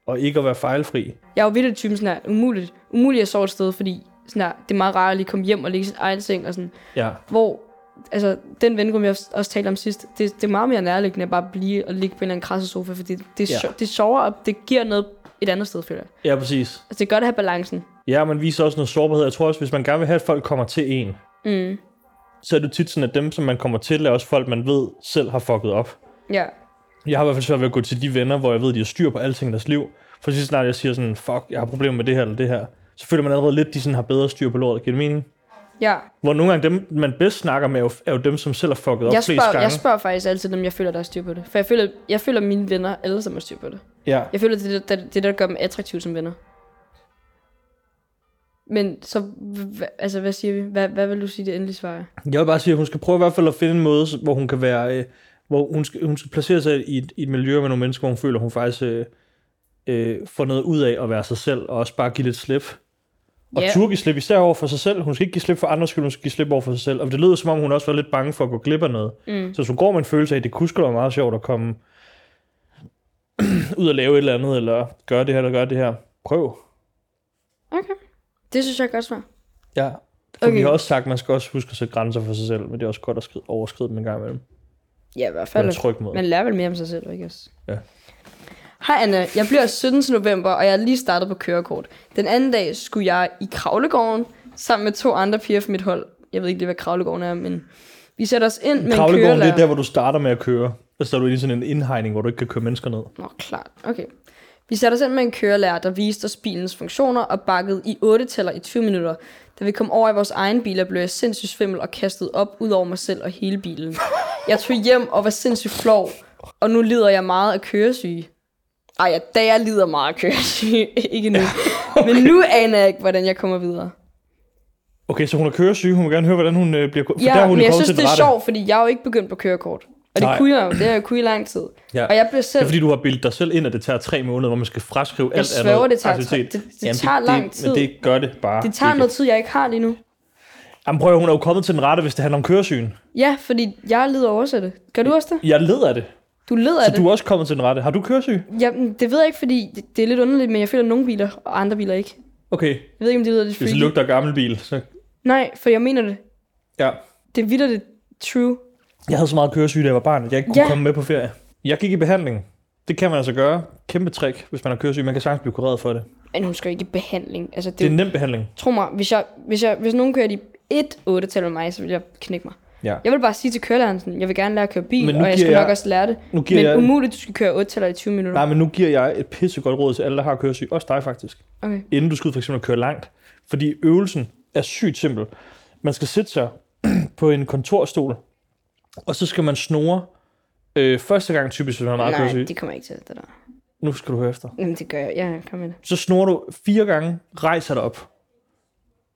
Speaker 1: Og ikke at være fejlfri.
Speaker 2: Jeg er jo virkelig typen sådan her, umuligt, umuligt at sove et sted, fordi sådan her, det er meget rart at lige komme hjem og ligge i sin egen seng og sådan.
Speaker 1: Ja.
Speaker 2: Hvor, altså, den vennegruppe, jeg også- også talte om sidst, det, det er meget mere nærliggende at bare blive og ligge på en eller anden krasse sofa, fordi det, det,
Speaker 1: Ja.
Speaker 2: ja. det er sjovere, og det giver noget et andet sted, føler jeg.
Speaker 1: Ja, præcis.
Speaker 2: Altså, det er godt at have balancen.
Speaker 1: Ja, man viser også noget sårbarhed. Jeg tror også, hvis man gerne vil have, at folk kommer til en,
Speaker 2: Mm.
Speaker 1: så er det tit sådan, at dem, som man kommer til, er også folk, man ved selv har fucket op.
Speaker 2: Ja.
Speaker 1: Jeg har i hvert fald svært ved at gå til de venner, hvor jeg ved, de har styr på alting i deres liv. For så snart jeg siger sådan, fuck, jeg har problemer med det her eller det her, så føler man allerede lidt, de sådan har bedre styr på lortet. Giver det mening?
Speaker 2: Ja.
Speaker 1: Hvor nogle gange dem, man bedst snakker med, er jo, er jo dem, som selv har fucket op
Speaker 2: Jeg
Speaker 1: flest
Speaker 2: spørger,
Speaker 1: gange.
Speaker 2: jeg spørger faktisk altid dem, jeg føler, der er styr på det. For jeg føler, jeg føler mine venner alle sammen har styr på det.
Speaker 1: Ja.
Speaker 2: Jeg føler, det er det, der, det, er det, der gør dem attraktive som venner. Men så, hva, altså, hvad siger vi? Hvad, hvad vil du sige, det endelige svar er?
Speaker 1: Jeg vil bare sige, at hun skal prøve i hvert fald at finde en måde, hvor hun kan være, øh, hvor hun skal, hun skal placere sig i et, i et miljø med nogle mennesker, hvor hun føler, hun faktisk øh, øh, får noget ud af at være sig selv, og også bare give lidt slip. Og
Speaker 2: Ja.
Speaker 1: yeah. turde give slip især over for sig selv. Hun skal ikke give slip for andres skyld, hun skal give slip over for sig selv. Og det lyder som om, hun også var lidt bange for at gå glip af noget. Mm. Så hvis hun går med en følelse af, at det kunne sgu da være meget sjovt at komme <clears throat> ud og lave et eller andet, eller gøre det her, eller gøre det her. Prøv.
Speaker 2: Okay. Det synes jeg er et godt svar.
Speaker 1: Ja. For okay. vi
Speaker 2: Okay.
Speaker 1: har også sagt, at man skal også huske at sætte grænser for sig selv, men det er også godt at skride, overskride dem en gang imellem.
Speaker 2: Ja, i hvert
Speaker 1: På
Speaker 2: fald.
Speaker 1: en tryg måde.
Speaker 2: Man lærer vel mere om sig selv, ikke også?
Speaker 1: Ja.
Speaker 2: Hej Anna, jeg bliver 17. november, og jeg er lige startet på kørekort. Den anden dag skulle jeg i Kravlegården sammen med to andre piger fra mit hold. Jeg ved ikke lige, hvad Kravlegården er, men vi sætter os ind med en
Speaker 1: Kravlegården, det
Speaker 2: kørelærer.
Speaker 1: er der, hvor du starter med at køre. Og så er du inde i sådan en indhegning, hvor du ikke kan køre mennesker ned.
Speaker 2: Nå, klart. Okay. Vi satte os ind med en kørelærer, der viste os bilens funktioner og bakkede i 8 tæller i 20 minutter. Da vi kom over i vores egen biler, blev jeg sindssygt svimmel og kastet op ud over mig selv og hele bilen. Jeg tog hjem og var sindssygt flov, og nu lider jeg meget af køresyge. Ej, ja, da jeg lider meget af køresyge. <laughs> ikke nu. <laughs> Men nu aner jeg ikke, hvordan jeg kommer videre.
Speaker 1: Okay, så hun er køresyge. Hun vil gerne høre, hvordan hun øh, bliver... For
Speaker 2: Ja,
Speaker 1: der er hun
Speaker 2: men jeg
Speaker 1: kommet
Speaker 2: synes,
Speaker 1: til
Speaker 2: det
Speaker 1: den
Speaker 2: er
Speaker 1: rette.
Speaker 2: sjovt, fordi jeg er jo ikke begyndt på kørekort. Og det
Speaker 1: Nej.
Speaker 2: kunne jeg jo. Det har jeg kunne i lang tid.
Speaker 1: Ja.
Speaker 2: Og jeg blev
Speaker 1: Det
Speaker 2: selv...
Speaker 1: er fordi, du har bildet dig selv ind, at det tager tre måneder, hvor man skal fraskrive alt andet
Speaker 2: sværger, det tager
Speaker 1: aktivitet.
Speaker 2: tre- det- det tager lang tid.
Speaker 1: Men det gør det bare.
Speaker 2: det tager
Speaker 1: ikke.
Speaker 2: noget tid, jeg ikke har lige nu.
Speaker 1: Jamen prøv at høre, hun er jo kommet til den rette, hvis det handler om køresygen.
Speaker 2: Ja, fordi jeg lider også af det. Gør du også det?
Speaker 1: Jeg leder af det.
Speaker 2: Du lider
Speaker 1: Så
Speaker 2: af det.
Speaker 1: du er også kommet til den rette. Har du køresyge?
Speaker 2: Jamen, det ved jeg ikke, fordi det, det er lidt underligt, men jeg føler, at nogle biler og andre biler ikke.
Speaker 1: Okay,
Speaker 2: Jeg ved ikke, om det lyder lidt
Speaker 1: hvis det
Speaker 2: freaky.
Speaker 1: lugter af gammel bil, så...
Speaker 2: Nej, for jeg mener det.
Speaker 1: Ja.
Speaker 2: Det er vildt det true.
Speaker 1: Jeg havde så meget køresyge, da jeg var barn, at jeg ikke kunne ja.
Speaker 2: Ja.
Speaker 1: komme med på ferie. Jeg gik i behandling. Det kan man altså gøre. Kæmpe trick, hvis man har køresyge. Man kan sagtens blive kureret for det.
Speaker 2: Men hun skal jo ikke i behandling. Altså, det,
Speaker 1: Det er en
Speaker 2: det...
Speaker 1: nem behandling.
Speaker 2: Tro mig, hvis, jeg, hvis, jeg, hvis nogen kører de 1 8 tal med mig, så vil jeg knække mig.
Speaker 1: Ja.
Speaker 2: Jeg vil bare sige til kørelæreren, sådan, jeg vil gerne lære at køre bil,
Speaker 1: Men nu
Speaker 2: og jeg
Speaker 1: giver
Speaker 2: skal
Speaker 1: jeg-
Speaker 2: nok også lære det.
Speaker 1: Nu giver
Speaker 2: Men
Speaker 1: jeg...
Speaker 2: umuligt, du skal køre 8 taler i 20 minutter.
Speaker 1: Nej, men nu giver jeg et pissegodt råd til alle, der har køresyg. Også dig faktisk.
Speaker 2: Okay.
Speaker 1: Inden du skal ud for eksempel at køre langt. Fordi øvelsen er sygt simpel. Man skal sætte sig <clears throat> på en kontorstol, og så skal man snore. Øh, første gang typisk, hvis man har meget
Speaker 2: Nej,
Speaker 1: køresyg.
Speaker 2: det kommer jeg ikke til, det der.
Speaker 1: Nu skal du høre efter.
Speaker 2: Jamen, det gør jeg. Ja, kom med det.
Speaker 1: Så snorer du fire gange, rejser dig op.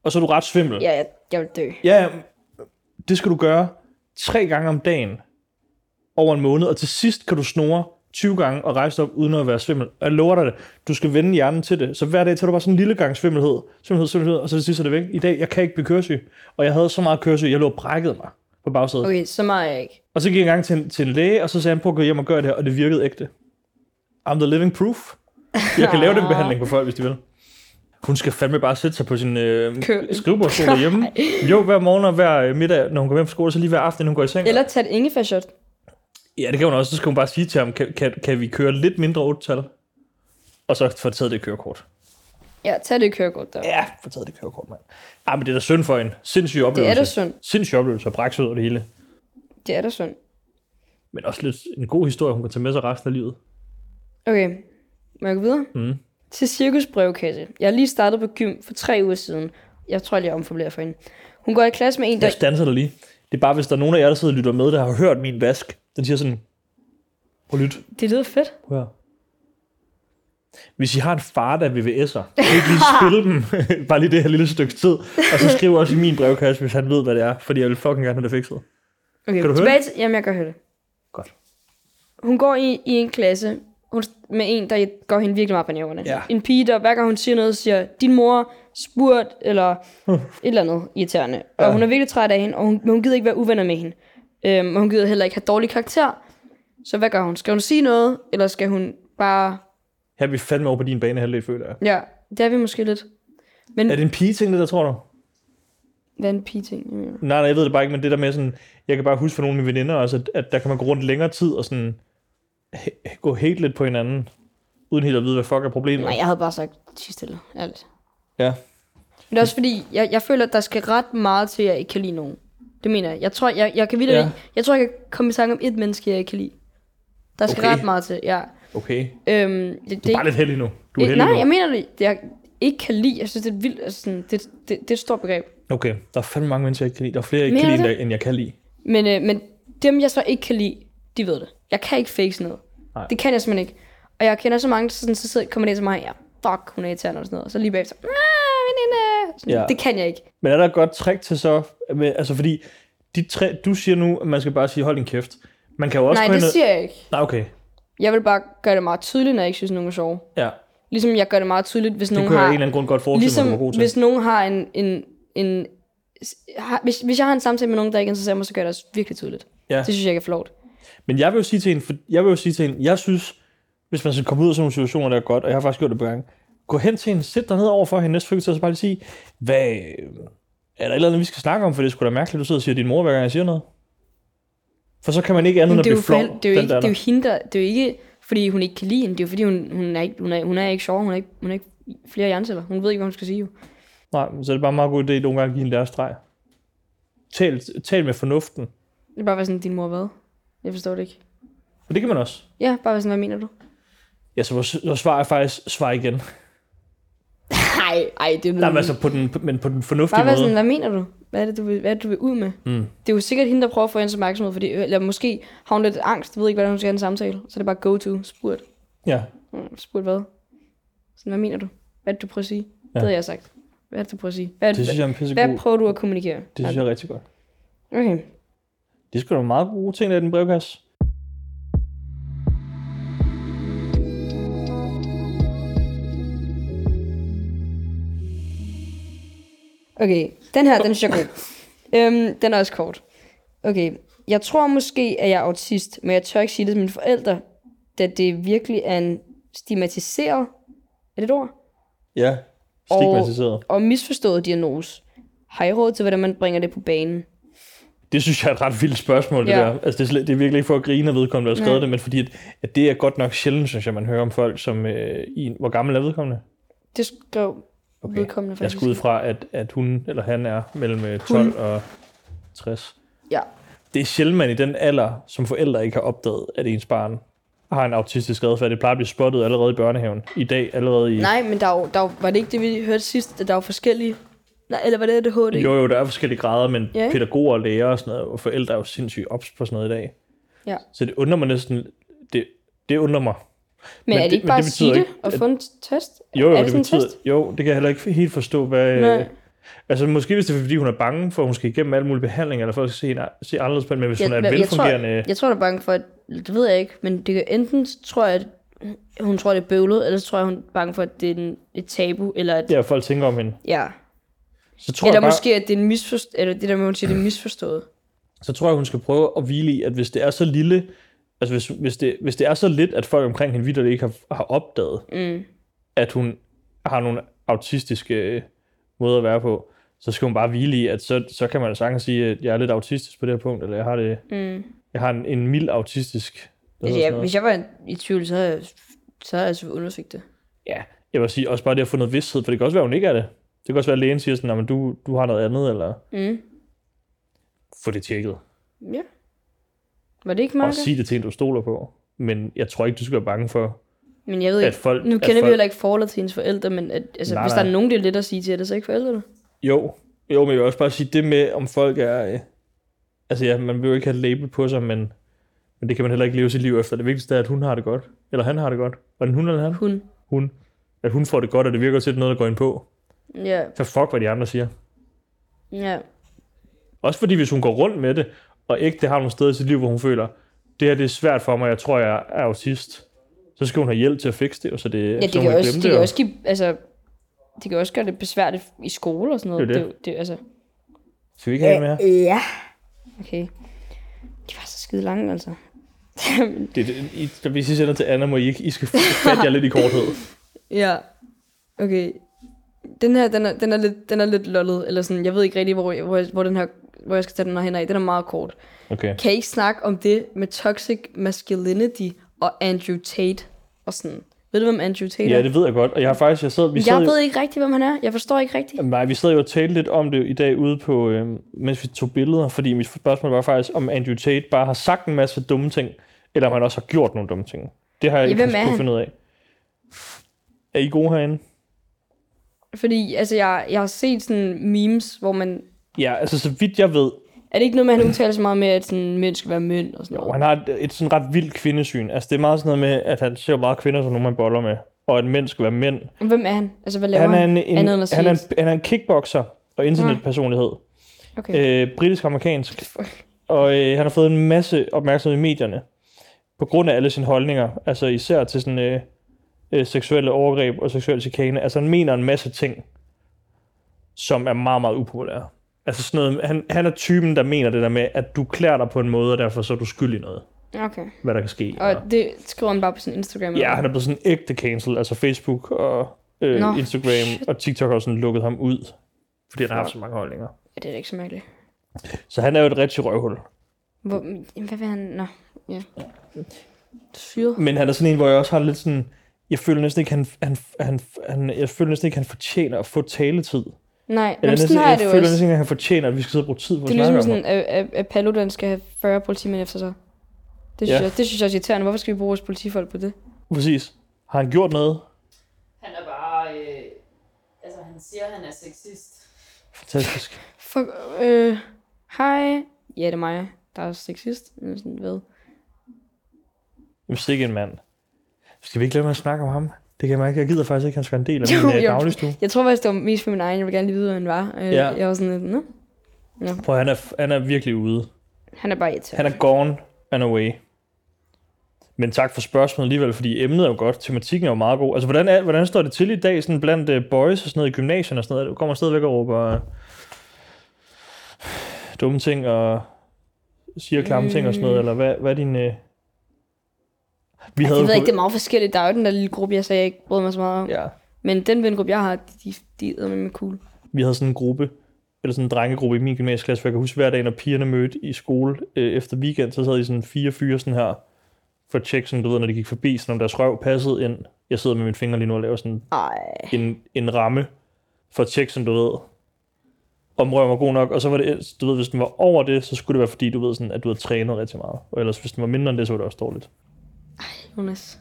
Speaker 1: Og så er du ret svimmel.
Speaker 2: Ja, jeg, jeg vil dø.
Speaker 1: Ja, det skal du gøre tre gange om dagen over en måned, og til sidst kan du snore 20 gange og rejse dig op uden at være svimmel. Og jeg lover dig det. Du skal vende hjernen til det. Så hver dag tager du bare sådan en lille gang svimmelhed, svimmelhed, svimmelhed, og så til sidst er det væk. I dag, jeg kan ikke blive køresyg. Og jeg havde så meget køresyg, jeg lå og brækkede mig på bagsædet. Okay.
Speaker 2: Okay, så meget er jeg ikke.
Speaker 1: Og så gik jeg engang til en, til en læge, og så sagde han, prøv at gå hjem og gøre det her, og det virkede ægte. I'm the living proof. Jeg kan
Speaker 2: <laughs> Ah.
Speaker 1: lave den behandling på folk, hvis de vil. Hun skal fandme bare sætte sig på sin øh,
Speaker 2: Kø-
Speaker 1: skrivebordstol derhjemme.
Speaker 2: <laughs>
Speaker 1: Jo, hver morgen og hver øh, middag, når hun kommer hjem fra skole, så lige hver aften, inden hun går i seng.
Speaker 2: Eller tag et ingefærshot.
Speaker 1: Ja, det kan hun også. Så skal hun bare sige til ham, kan, kan, kan vi køre lidt mindre otte-tal? Og så få taget det kørekort.
Speaker 2: Ja, tag det kørekort der.
Speaker 1: Ja, få taget det kørekort, mand. Ej, men det er da synd for en. Sindssyg
Speaker 2: Det
Speaker 1: oplevelse.
Speaker 2: er da synd.
Speaker 1: Sindssyg oplevelse at brække sig ud over det hele.
Speaker 2: Det er da synd.
Speaker 1: Men også lidt en god historie, hun kan tage med sig resten af livet.
Speaker 2: Okay, må jeg gå videre?
Speaker 1: Mm.
Speaker 2: Til Cirkus Brevkasse. Jeg er lige startet på gym for tre uger siden. jeg tror lige, jeg omformulerer for hende. Hun går i klasse med en, der...
Speaker 1: Jeg stanser dig lige. Det er bare, hvis der er nogen af jer, der sidder og lytter med, der har hørt min vask. Den siger sådan, prøv at lyt.
Speaker 2: Det lyder fedt.
Speaker 1: Prøv at høre. Hvis I har en far, der er VVS'er, kan I ikke
Speaker 2: <laughs>
Speaker 1: lige spille dem, <laughs> bare lige det her lille stykke tid, og så skriv også i min brevkasse, hvis han ved, hvad det er, fordi jeg vil fucking gerne have det fikset.
Speaker 2: Okay,
Speaker 1: Kan du høre
Speaker 2: tilbage til... Jamen, jeg kan høre det.
Speaker 1: Godt.
Speaker 2: Hun går i, i en klasse hun, med en, der går hende virkelig meget på nævnerne.
Speaker 1: Ja.
Speaker 2: En pige, der hver gang hun siger noget, siger, din mor spurgt,
Speaker 1: <laughs>
Speaker 2: eller et eller andet irriterende. Og
Speaker 1: Ja.
Speaker 2: hun er virkelig træt af hende, og hun, men hun gider ikke være uvenner med hende. Øhm, og hun gider heller ikke have dårlig karakter. Så hvad gør hun? Skal hun sige noget, eller skal hun bare...
Speaker 1: Her er vi fandme over på din bane halvdel, føler jeg.
Speaker 2: Ja, det er vi måske lidt. Men
Speaker 1: Er det en pige-ting, det der, tror du?
Speaker 2: hvad er en pige-ting? jeg mener?
Speaker 1: Nej, nej, jeg ved det bare ikke, men det der med sådan, jeg kan bare huske fra nogle af mine veninder også, at, at der kan man gå rundt længere tid og sådan he- gå helt lidt på hinanden, uden helt at vide, hvad fuck er problemet.
Speaker 2: Nej, jeg havde bare sagt, tis stille, ærligt.
Speaker 1: Ja.
Speaker 2: Men det er også fordi, jeg, jeg føler, at der skal ret meget til, at jeg ikke kan lide nogen. Det mener jeg. Jeg tror, jeg, jeg kan vildt,
Speaker 1: Ja.
Speaker 2: ja. jeg tror, jeg kan komme i tanke om et menneske, jeg ikke kan lide. Der skal
Speaker 1: Okay.
Speaker 2: ret meget til, ja.
Speaker 1: Okay.
Speaker 2: Øhm, det,
Speaker 1: Du er bare lidt heldig nu. Du er
Speaker 2: ikke,
Speaker 1: heldig
Speaker 2: nej,
Speaker 1: nu.
Speaker 2: jeg mener det. Jeg ikke kan lide. Jeg synes, det er et vildt, altså sådan, det, det, det, er et stort begreb.
Speaker 1: Okay, der er fandme mange mennesker, jeg ikke kan lide. Der er flere, jeg ikke
Speaker 2: Mener
Speaker 1: kan lide,
Speaker 2: du
Speaker 1: end jeg- end jeg kan lide.
Speaker 2: Men, øh, men dem, jeg så ikke kan lide, de ved det. Jeg kan ikke fake sådan noget.
Speaker 1: Nej.
Speaker 2: Det kan jeg simpelthen ikke. Og jeg kender så mange, der sådan, så sidder, kommer ned til mig, ja, fuck, hun er irriterende og sådan noget. Og så lige bagefter, ah, veninde. Sådan,
Speaker 1: Ja.
Speaker 2: Det kan jeg ikke.
Speaker 1: Men er der et godt trick til så, med, altså fordi, de tre, du siger nu, at man skal bare sige, hold din kæft. Man kan jo også
Speaker 2: Nej,
Speaker 1: gå
Speaker 2: det
Speaker 1: hen og-
Speaker 2: siger jeg ikke.
Speaker 1: Nej, okay.
Speaker 2: Jeg vil bare gøre det meget tydeligt, når jeg ikke synes, nogen er sjove.
Speaker 1: Ja,
Speaker 2: Ligesom jeg gør det meget tydeligt, hvis
Speaker 1: det
Speaker 2: nogen
Speaker 1: kunne jeg af
Speaker 2: har...
Speaker 1: en eller anden grund godt forestille ligesom, mig,
Speaker 2: ligesom
Speaker 1: du var god til.
Speaker 2: hvis nogen har en... en, en s- har, hvis, hvis jeg har en samtale med nogen, der ikke interesserer mig, så gør jeg det også virkelig tydeligt.
Speaker 1: Ja.
Speaker 2: Det synes jeg ikke er flot.
Speaker 1: Men jeg vil jo sige til en, for jeg vil jo sige til en, jeg synes, hvis man skal komme ud af sådan nogle situationer, der er godt, og jeg har faktisk gjort det på gange, gå hen til hende, sæt dig ned over for hende næste frikvarter, og så bare lige sige, hvad, øh, er der et eller andet, vi skal snakke om, for det er sgu da mærkeligt, du sidder og siger din mor, hver gang jeg siger noget. For så kan man ikke andet
Speaker 2: Men
Speaker 1: end at
Speaker 2: det er, jo
Speaker 1: blive flov,
Speaker 2: for, hel- det, er jo
Speaker 1: den
Speaker 2: ikke,
Speaker 1: der
Speaker 2: det er
Speaker 1: der.
Speaker 2: jo hende, der, det er jo ikke, fordi hun ikke kan lide hende. Det er jo fordi, hun, hun, er, ikke, hun, er, hun er ikke sjov. Hun er ikke, hun er ikke flere hjerneceller. Hun ved ikke, hvad hun skal sige. Jo.
Speaker 1: Nej, så er det bare en meget god idé, nogle gange at give en deres streg. Tal, tal med fornuften.
Speaker 2: Det er bare være sådan, din mor hvad? Jeg forstår det ikke.
Speaker 1: For det kan man også.
Speaker 2: Ja, bare være sådan, hvad mener du?
Speaker 1: Ja, så vores, vores svar er faktisk svar igen. Mm.
Speaker 2: Nej, ej, det er
Speaker 1: Nej, men altså på den, men på den fornuftige
Speaker 2: Bare være
Speaker 1: måde.
Speaker 2: sådan, hvad mener du? Hvad er det, du vil, hvad er det, du vil ud med?
Speaker 1: Mm.
Speaker 2: Det er jo sikkert hende, der prøver at få hendes opmærksomhed, fordi, øh, eller måske har hun lidt angst, ved ikke, hvordan hun skal have en samtale. Så er det bare go to, spurgt.
Speaker 1: Ja,
Speaker 2: Mm, Spurgt hvad? Sådan, hvad mener du? Hvad er det, du prøver at sige? Ja.
Speaker 1: Ja.
Speaker 2: Det havde jeg sagt. Hvad er det, du prøver at sige? Hvad, er
Speaker 1: det synes
Speaker 2: det,
Speaker 1: jeg er en pissegod.
Speaker 2: hvad, hvad prøver du at kommunikere?
Speaker 1: Det synes jeg er rigtig godt.
Speaker 2: Okay.
Speaker 1: Det er sgu da meget gode ting, der er i den brevkasse.
Speaker 2: Okay, den her, den synes jeg er god. øhm, den er også kort. Okay, jeg tror måske, at jeg er autist, men jeg tør ikke sige det til mine forældre, da det virkelig er en stigmatiseret, er det et ord?
Speaker 1: Ja, stigmatiseret. Og...
Speaker 2: og misforstået diagnose. Har I råd til, hvordan man bringer det på banen?
Speaker 1: Det synes jeg er et ret vildt spørgsmål, det
Speaker 2: Ja.
Speaker 1: ja. der. Altså, det, er slet, det er virkelig ikke for at grine af vedkommende, der har skrevet
Speaker 2: Nej.
Speaker 1: det, men fordi at, at det er godt nok sjældent, synes jeg, man hører om folk, som... Øh, i, en- hvor gammel er vedkommende?
Speaker 2: Det skrev okay. vedkommende
Speaker 1: Jeg
Speaker 2: faktisk.
Speaker 1: skal ud fra, at, at hun eller han er mellem øh, 12 hun. og 60.
Speaker 2: Ja.
Speaker 1: Det er sjældent, man i den alder, som forældre ikke har opdaget, at ens barn har en autistisk adfærd. Det plejer at blive spottet allerede i børnehaven. I dag allerede i...
Speaker 2: Nej, men der, er jo- der er jo- var det ikke det, vi hørte sidst, at der var forskellige... Nej, eller var det ADHD?
Speaker 1: Jo, jo, der er forskellige grader, men
Speaker 2: Ja,
Speaker 1: ja.
Speaker 2: ikke?
Speaker 1: pædagoger og læger og sådan noget, og forældre er jo sindssygt ops på sådan noget i dag.
Speaker 2: Ja.
Speaker 1: Så det undrer mig næsten, det, det undrer mig.
Speaker 2: Men, er
Speaker 1: men
Speaker 2: det
Speaker 1: det-
Speaker 2: ikke
Speaker 1: men
Speaker 2: bare
Speaker 1: det
Speaker 2: at sige
Speaker 1: betyder
Speaker 2: det
Speaker 1: ikke,
Speaker 2: og
Speaker 1: at-
Speaker 2: få en test?
Speaker 1: Jo, jo,
Speaker 2: er
Speaker 1: det,
Speaker 2: det,
Speaker 1: det
Speaker 2: sådan
Speaker 1: betyder, øh,
Speaker 2: en test?
Speaker 1: jo, det kan jeg heller ikke helt forstå, hvad...
Speaker 2: Nej.
Speaker 1: Altså måske hvis det er, fordi hun er bange for, at hun skal igennem alle mulige behandlinger, eller folk skal se, hende- se anderledes på hende, men hvis hun er en velfungerende...
Speaker 2: Jeg tror, jeg tror, hun er bange for, at... Det ved jeg ikke, men det kan enten tror jeg, at hun tror, det er bøvlet, eller så tror jeg, hun er bange for, at det er en, et tabu, eller at... Ja.
Speaker 1: Ja, folk tænker om hende.
Speaker 2: ja.
Speaker 1: Så tror,
Speaker 2: Eller
Speaker 1: jeg bare,
Speaker 2: måske, at det er en misforstået... Eller det der med, at hun siger, det er misforstået.
Speaker 1: så tror jeg, hun skal prøve at hvile i, at hvis det er så lille, altså hvis, hvis, det, hvis det er så lidt, at folk omkring hende vidderligt ikke har, har opdaget,
Speaker 2: Mm.
Speaker 1: at hun har nogle autistiske øh, måder at være på, så skal hun bare hvile i, at så, så kan man da sagtens sige, at jeg er lidt autistisk på det her punkt, eller jeg har, det,
Speaker 2: Mm.
Speaker 1: jeg har en, en mild autistisk... hvad
Speaker 2: Altså,
Speaker 1: hedder
Speaker 2: jeg,
Speaker 1: sådan noget?
Speaker 2: hvis jeg var i tvivl, så havde jeg, så havde jeg altså undersøgt det.
Speaker 1: ja, jeg vil sige, også bare det at få noget vidsthed, for det kan også være, at hun ikke er det. Det kan også være, at lægen siger sådan, at du, du har noget andet, eller
Speaker 2: Mm.
Speaker 1: få det tjekket.
Speaker 2: Ja. Var det ikke
Speaker 1: Okay. Og
Speaker 2: meget?
Speaker 1: sige det til en, du stoler på. Men jeg tror ikke, du skal være bange for,
Speaker 2: Men jeg ved
Speaker 1: at
Speaker 2: ikke.
Speaker 1: folk...
Speaker 2: Nu
Speaker 1: at
Speaker 2: kender vi
Speaker 1: folk,
Speaker 2: heller ikke forholdet til hendes forældre, men at, altså,
Speaker 1: Nej,
Speaker 2: hvis
Speaker 1: nej.
Speaker 2: der er nogen, det er lidt at sige til, er det så ikke forældrene?
Speaker 1: Jo, jo, men jeg vil også bare sige, det med, om folk er... Øh, altså ja, man vil jo ikke have et label på sig, men, men det kan man heller ikke leve sit liv efter. Det vigtigste er, at hun har det godt. Eller han har det godt. Var den hun eller han?
Speaker 2: Hun.
Speaker 1: Hun. At hun får det godt, og det virker til, at det er noget, der går ind på.
Speaker 2: Ja,
Speaker 1: Så fuck, hvad de andre siger.
Speaker 2: ja.
Speaker 1: Også fordi, hvis hun går rundt med det, og ikke det har nogle steder i sit liv, hvor hun føler, det her det er svært for mig, jeg tror, jeg er autist, så skal hun have hjælp til at fikse det, og så det,
Speaker 2: Ja,
Speaker 1: så
Speaker 2: det
Speaker 1: hun
Speaker 2: kan,
Speaker 1: ikke
Speaker 2: også,
Speaker 1: glemme
Speaker 2: det kan
Speaker 1: og-
Speaker 2: også give, altså, det kan også gøre det besværligt i skole og sådan noget.
Speaker 1: Det er
Speaker 2: det. det, det altså,
Speaker 1: Skal vi ikke have en mere?
Speaker 2: okay. De var så skide lange, altså.
Speaker 1: Det, det, I, så hvis I sender til Anna, må I ikke, I skal fatte jer lidt i korthed.
Speaker 2: Ja, okay. Den her, den er, den er, lidt, den er lidt lollet, eller sådan, jeg ved ikke rigtig, hvor, hvor, jeg, hvor, den her, hvor jeg skal tage den her hen af. Den er meget kort.
Speaker 1: Okay.
Speaker 2: Kan I ikke snakke om det med toxic masculinity og Andrew Tate og sådan? Ved du, hvem Andrew Tate er?
Speaker 1: Ja, det ved jeg godt, og jeg har faktisk, jeg sad, vi sad
Speaker 2: jeg
Speaker 1: jo,
Speaker 2: ved ikke rigtig, hvem han er. Jeg forstår ikke rigtigt.
Speaker 1: Nej, vi sad jo og talte lidt om det i dag ude på, øh, mens vi tog billeder, fordi mit spørgsmål var faktisk, om Andrew Tate bare har sagt en masse dumme ting, eller om han også har gjort nogle dumme ting. Det har jeg
Speaker 2: Ja,
Speaker 1: ikke
Speaker 2: hvem er
Speaker 1: kunnet
Speaker 2: han?
Speaker 1: finde ud af. Er I gode herinde?
Speaker 2: Fordi altså, jeg, jeg har set sådan memes, hvor man...
Speaker 1: Ja, altså så vidt jeg ved,
Speaker 2: Er det ikke noget, man udtaler så meget med, at sådan, mænd skal være mænd og sådan
Speaker 1: jo,
Speaker 2: noget?
Speaker 1: han har et, et sådan ret vildt kvindesyn. Altså det er meget sådan noget med, at han ser meget kvinder som nogen, man boller med, og at mænd skal være mænd.
Speaker 2: Hvem er han? Altså, hvad laver
Speaker 1: Han er en,
Speaker 2: han?
Speaker 1: en,
Speaker 2: Andet end at
Speaker 1: han, er en,
Speaker 2: sige-
Speaker 1: han er en kickboxer og internetpersonlighed.
Speaker 2: Okay.
Speaker 1: øh, britisk-amerikansk, og øh, han har fået en masse opmærksomhed i medierne, på grund af alle sine holdninger, altså især til sådan øh, øh, seksuelle overgreb og seksuel chikane. Altså han mener en masse ting, som er meget, meget upopulære. Altså sådan noget, han, han er typen, der mener det der med, at du klæder dig på en måde, og derfor så er du skyldig i noget,
Speaker 2: Okay.
Speaker 1: hvad der kan ske.
Speaker 2: Og det skriver han bare på sin Instagram.
Speaker 1: Ja, han er blevet sådan ægte cancel, altså Facebook og øh,
Speaker 2: Nå,
Speaker 1: Instagram og TikTok har sådan lukket ham ud, fordi han har haft så mange holdninger.
Speaker 2: Ja, det er da ikke så mærkeligt.
Speaker 1: Så han er jo et rigtig røvhul.
Speaker 2: Hvor, jamen, hvad vil han... Nå, ja. Syret.
Speaker 1: Men han er sådan en, hvor jeg også har lidt sådan... Jeg føler næsten ikke, han, han, han, han, jeg føler næsten ikke, han fortjener at få taletid. Eller
Speaker 2: Nej, men
Speaker 1: næsten,
Speaker 2: sådan har jeg det
Speaker 1: jeg
Speaker 2: jo
Speaker 1: føler
Speaker 2: også.
Speaker 1: næsten ikke, at han fortjener, at vi skal sidde og bruge tid på
Speaker 2: Det
Speaker 1: at
Speaker 2: er
Speaker 1: snakke
Speaker 2: ligesom
Speaker 1: om ham.
Speaker 2: sådan, at, at, at Paludan skal have 40 politimænd efter sig. Det synes,
Speaker 1: Ja.
Speaker 2: ja. jeg, det synes jeg også er irriterende. Hvorfor skal vi bruge vores politifolk på det?
Speaker 1: Præcis. Har han gjort noget?
Speaker 4: Han er bare... Øh, altså, han siger, at han er sexist.
Speaker 1: Fantastisk.
Speaker 2: Fuck, øh, hej. Ja, det er mig. Der er sexist. Jeg er Sådan, hvad?
Speaker 1: Jamen, sikke en mand. Skal vi ikke lade med at snakke om ham? Det kan jeg mærke. Jeg gider faktisk ikke, at han skal være en del af
Speaker 2: <laughs> Jo,
Speaker 1: min øh,
Speaker 2: jo.
Speaker 1: dagligstue.
Speaker 2: Jeg tror faktisk, det var mest for min egen. Jeg vil gerne lige vide, hvad han var. Øh,
Speaker 1: Ja.
Speaker 2: Jeg var sådan lidt, nå.
Speaker 1: Prøv, han er, han er virkelig ude.
Speaker 2: Han er bare irriterende.
Speaker 1: Han er gone and away. Men tak for spørgsmålet alligevel, fordi emnet er jo godt. Tematikken er jo meget god. Altså, hvordan, er, hvordan står det til i dag sådan blandt uh, boys og sådan noget i gymnasierne og sådan noget? Du kommer stadigvæk og råber uh, dumme ting og siger klamme ting og sådan
Speaker 2: Øh.
Speaker 1: noget, eller hvad, hvad er din... Uh... Vi
Speaker 2: Altså,
Speaker 1: jo
Speaker 2: Jeg ved
Speaker 1: på-
Speaker 2: ikke, det er meget forskelligt. Der er jo den der lille gruppe, jeg sagde, jeg ikke brød mig så meget om.
Speaker 1: ja,
Speaker 2: Men den vengruppe, jeg har, de, de, de er med mig cool.
Speaker 1: vi havde sådan en gruppe, eller sådan en drengegruppe i min gymnasieklasse, for jeg kan huske hver dag, når pigerne mødte i skole øh, efter weekend, så sad de sådan fire fyre sådan her, for at tjekke, sådan, du ved, når de gik forbi, sådan om deres røv passede ind. Jeg sidder med mine fingre lige nu og laver sådan
Speaker 2: Ej.
Speaker 1: en, en ramme, for at tjekke, sådan du ved, om røven var god nok, og så var det, du ved, hvis den var over det, så skulle det være fordi, du ved, sådan, at du havde trænet rigtig meget, og ellers hvis den var mindre end det, så var det også dårligt.
Speaker 2: Jonas.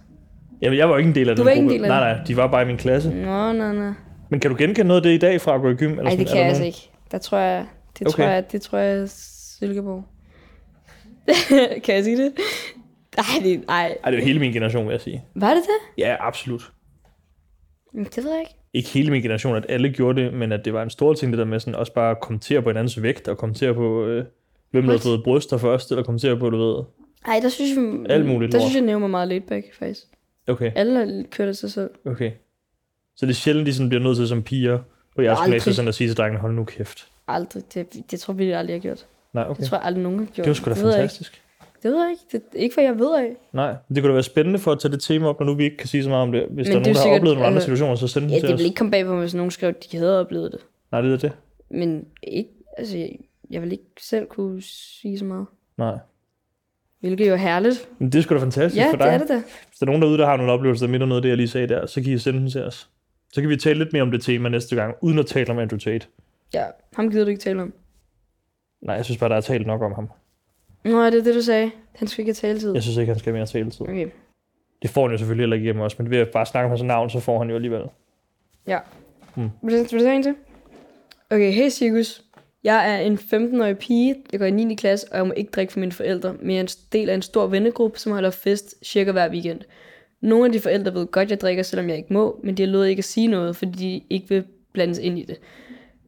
Speaker 1: Jamen, jeg var jo ikke en del af
Speaker 2: Du
Speaker 1: den
Speaker 2: var ikke en
Speaker 1: gruppe.
Speaker 2: del af
Speaker 1: nej, nej, de var bare i min klasse.
Speaker 2: Nå, nå, nå.
Speaker 1: Men kan du genkende noget af det i dag fra at gå i gym? Eller
Speaker 2: Nej,
Speaker 1: sådan,
Speaker 2: det
Speaker 1: er
Speaker 2: kan
Speaker 1: der
Speaker 2: jeg altså
Speaker 1: nogen-
Speaker 2: ikke. Der tror jeg,
Speaker 1: Okay.
Speaker 2: det okay. tror jeg, det tror jeg er Silkeborg. <laughs> kan jeg sige det? Nej, det, nej.
Speaker 1: Ej, det er jo hele min generation, vil jeg sige.
Speaker 2: Var det det?
Speaker 1: Ja, absolut.
Speaker 2: Men Det ved jeg ikke.
Speaker 1: Ikke hele min generation, at alle gjorde det, men at det var en stor ting, det der med sådan, også bare at kommentere på hinandens vægt, og kommentere på, øh, hvem der havde
Speaker 2: What?
Speaker 1: fået bryster først, eller kommentere på, du ved.
Speaker 2: Nej, der synes jeg, mm,
Speaker 1: Alt muligt
Speaker 2: der
Speaker 1: lort.
Speaker 2: synes jeg, nævner mig meget laid back, faktisk.
Speaker 1: Okay,
Speaker 2: Alle kører sig selv.
Speaker 1: okay. Så det er sjældent, de sådan bliver nødt til som piger på jeres
Speaker 2: Aldrig.
Speaker 1: gymnasium at sige til drengene, hold nu kæft.
Speaker 2: Aldrig. Det, det tror vi aldrig, jeg har gjort.
Speaker 1: Nej, okay.
Speaker 2: Det tror jeg aldrig, nogen har gjort.
Speaker 1: Det var sgu da
Speaker 2: det ved jeg ikke.
Speaker 1: fantastisk.
Speaker 2: Det ved jeg ikke. Det, ikke hvad jeg ved af.
Speaker 1: Nej, men det kunne da være spændende for at tage det tema op, når nu vi ikke kan sige så meget om det. Hvis
Speaker 2: Men
Speaker 1: der er
Speaker 2: det er
Speaker 1: nogen, der har
Speaker 2: sikkert-
Speaker 1: oplevet nogle andre
Speaker 2: altså-
Speaker 1: situationer, så send dem
Speaker 2: Ja,
Speaker 1: til
Speaker 2: det
Speaker 1: os.
Speaker 2: ville ikke komme bag på mig, hvis nogen skrev, at de havde oplevet det.
Speaker 1: Nej, det er det.
Speaker 2: Men ikke, altså, jeg, jeg vil ikke selv kunne sige så meget.
Speaker 1: Nej.
Speaker 2: Hvilket jo er herligt.
Speaker 1: Men det er sgu da fantastisk
Speaker 2: Ja,
Speaker 1: for dig.
Speaker 2: det er det da.
Speaker 1: Hvis der er nogen derude, der har nogle oplevelser, der minder om noget af det, jeg lige sagde der, så kan I sende den til os. Så kan vi tale lidt mere om det tema næste gang, uden at tale om Andrew Tate.
Speaker 2: Ja, ham gider du ikke tale om.
Speaker 1: Nej, jeg synes bare, der er talt nok om ham.
Speaker 2: Nå, er det det, du sagde? Han skal ikke have taletid.
Speaker 1: Jeg synes ikke, han skal mere tale tid.
Speaker 2: Okay,
Speaker 1: Det får han jo selvfølgelig heller ikke igennem os, men ved at bare snakke om hans navn, så får han jo alligevel.
Speaker 2: ja.
Speaker 1: Mm.
Speaker 2: Vil du, vil du tage en til? Okay, hey Cirkus. Jeg er en 15-årig pige, jeg går i 9. klasse, og jeg må ikke drikke for mine forældre, men jeg er en del af en stor vennegruppe, som holder fest cirka hver weekend. Nogle af de forældre ved godt, jeg drikker, selvom jeg ikke må, men de har lovet ikke at sige noget, fordi de ikke vil blandes ind i det.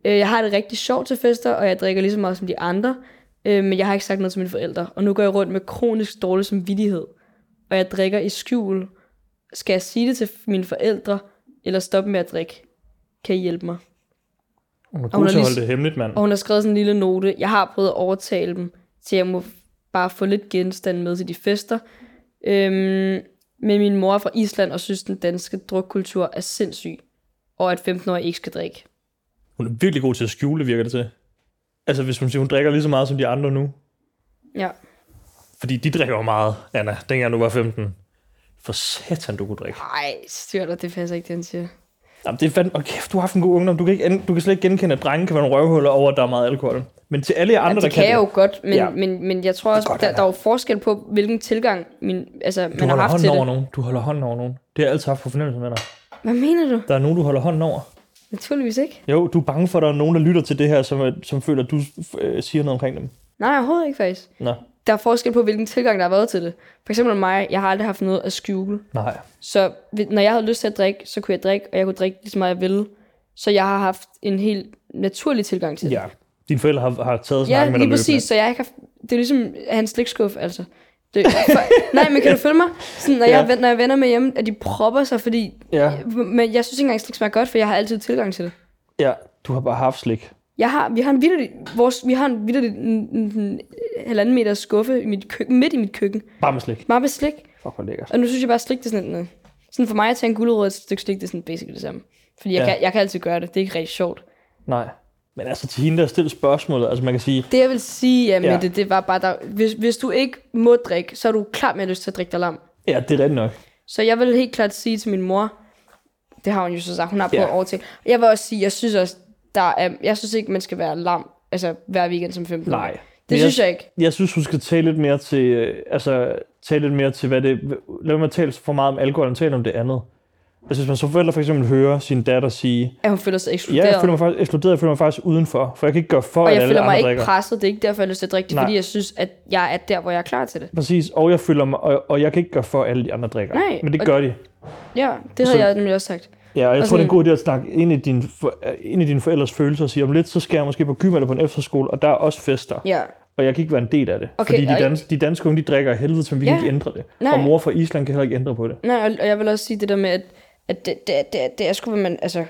Speaker 2: Øh, Jeg har det rigtig sjovt til fester, og jeg drikker lige så meget som de andre, øh, men jeg har ikke sagt noget til mine forældre. Og nu går jeg rundt med kronisk dårlig samvittighed, og jeg drikker i skjul. Skal jeg sige det til mine forældre, eller stoppe med at drikke? Kan I hjælpe mig?
Speaker 1: Hun er
Speaker 2: hun
Speaker 1: god til
Speaker 2: har
Speaker 1: at
Speaker 2: lige-
Speaker 1: holde det hemmeligt, mand.
Speaker 2: Og hun har skrevet sådan en lille note. Jeg har prøvet at overtale dem til, at jeg må bare få lidt genstand med til de fester. Øhm, men min mor er fra Island og synes, den danske drukkultur er sindssyg. Og at 15-årige ikke skal drikke.
Speaker 1: Hun er virkelig god til at skjule, virker det til. Altså, hvis hun siger, hun drikker lige så meget som de andre nu.
Speaker 2: Ja.
Speaker 1: Fordi de drikker jo meget, Anna, dengang du var 15. For satan, du kunne drikke.
Speaker 2: Ej, styr dig, det passer ikke, det han siger.
Speaker 1: Jamen, det er fandme... Oh, kæft, du har haft en god ungdom. Du kan, ikke, an- du kan slet ikke genkende, at drenge kan være en røvhuller over, at der er meget alkohol. Men til alle jer andre,
Speaker 2: Andre,
Speaker 1: der
Speaker 2: det kan jeg
Speaker 1: det,
Speaker 2: jo godt, men,
Speaker 1: Ja.
Speaker 2: ja. men, men jeg tror også,
Speaker 1: godt,
Speaker 2: der,
Speaker 1: Anna.
Speaker 2: der er jo forskel på, hvilken tilgang min, altså,
Speaker 1: du
Speaker 2: man har
Speaker 1: holder
Speaker 2: haft
Speaker 1: hånden
Speaker 2: til
Speaker 1: over
Speaker 2: det.
Speaker 1: nogen. Du holder hånden over nogen. Det har jeg altid haft på fornemmelsen med dig.
Speaker 2: Hvad mener du?
Speaker 1: Der er nogen, du holder hånden over.
Speaker 2: Naturligvis ikke.
Speaker 1: Jo, du er bange for, at der er nogen, der lytter til det her, som, er- som føler, at du øh, siger noget omkring dem.
Speaker 2: Nej, overhovedet ikke faktisk.
Speaker 1: Nå,
Speaker 2: Der er forskel på, hvilken tilgang der har været til det. For eksempel mig, jeg har aldrig haft noget at skjule.
Speaker 1: nej.
Speaker 2: Så vi- når jeg havde lyst til at drikke, så kunne jeg drikke, og jeg kunne drikke lige så meget, jeg ville. Så jeg har haft en helt naturlig tilgang til det.
Speaker 1: Ja. Dine forældre har, har taget
Speaker 2: ja
Speaker 1: snakken
Speaker 2: lige
Speaker 1: med dig løbende.
Speaker 2: præcis. Så jeg ikke har... Det er ligesom hans slikskuff, altså. Det, for, <laughs> nej, men kan du følge mig? Sådan, når,
Speaker 1: Ja.
Speaker 2: ja. jeg, ven- når jeg vender med hjemme, at de propper sig, fordi...
Speaker 1: Ja.
Speaker 2: Men jeg synes ikke engang, slik smager godt, for jeg har altid tilgang til det.
Speaker 1: Ja, du har bare haft slik.
Speaker 2: Jeg har, vi har en vitterlig, vores, vi har en vitterlig en, en, en, halvanden meter skuffe i mit køkken, midt i mit køkken.
Speaker 1: Bare med slik.
Speaker 2: Bare med slik.
Speaker 1: Fuck, hvor lækkert.
Speaker 2: Og nu synes jeg bare, at slik det er sådan noget. Sådan for mig at tage en gulerod og et stykke slik, det er sådan basically det samme. Fordi jeg,
Speaker 1: Ja.
Speaker 2: ja. kan, jeg kan altid gøre det. Det er ikke rigtig sjovt.
Speaker 1: Nej. Men altså til hende, der stiller spørgsmålet, altså man kan sige,
Speaker 2: Det jeg vil sige, ja, med
Speaker 1: Ja.
Speaker 2: ja. det, det var bare, der, hvis, hvis du ikke må drikke, så er du klar med at have lyst til at drikke dig lam.
Speaker 1: ja, det er rigtigt nok.
Speaker 2: Så jeg vil helt klart sige til min mor, det har hun jo så sagt, hun har prøvet
Speaker 1: Ja.
Speaker 2: ja. at overtale. Jeg vil også sige, jeg synes også, der er, jeg synes ikke, man skal være lam, altså hver weekend som 15
Speaker 1: Nej.
Speaker 2: Det synes jeg ikke.
Speaker 1: Jeg synes, hun skal tale lidt mere til, øh, altså, tale lidt mere til, hvad det... Lad mig tale for meget om alkohol, og tale om det andet. Altså, hvis man som forælder for eksempel hører sin datter sige,
Speaker 2: At hun føler sig
Speaker 1: ja,
Speaker 2: ekskluderet.
Speaker 1: jeg føler mig faktisk ekskluderet, jeg føler mig faktisk udenfor, for jeg kan ikke gøre for,
Speaker 2: og
Speaker 1: at
Speaker 2: jeg
Speaker 1: alle
Speaker 2: føler mig
Speaker 1: andre
Speaker 2: ikke
Speaker 1: drikker.
Speaker 2: presset. Det er ikke derfor, jeg har lyst til at drikke. Det er
Speaker 1: Nej.
Speaker 2: fordi, jeg synes, at jeg er der, hvor jeg er klar til det.
Speaker 1: Præcis, og jeg føler mig, og, og jeg kan ikke gøre for, at alle de andre drikker.
Speaker 2: Nej,
Speaker 1: Men det
Speaker 2: og-
Speaker 1: gør de.
Speaker 2: Ja, det havde
Speaker 1: Så-
Speaker 2: jeg nemlig også sagt.
Speaker 1: Ja, og jeg
Speaker 2: Og
Speaker 1: tror, det er en
Speaker 2: sådan-
Speaker 1: god idé at snakke ind i, din, for- ind i dine forældres følelser og sige, om lidt, så skal jeg måske på gym eller på en efterskole, og der er også fester,
Speaker 2: Ja,
Speaker 1: og jeg kan ikke være en del af det.
Speaker 2: Okay,
Speaker 1: fordi de,
Speaker 2: og-
Speaker 1: dans, de danske unge, de drikker af helvede, så vi
Speaker 2: Ja.
Speaker 1: kan ikke ændre det.
Speaker 2: Nej.
Speaker 1: Og mor fra Island kan heller ikke ændre på det.
Speaker 2: Nej, og, og jeg vil også sige det der med, at, at det, det, det, det er sgu, hvad man, altså,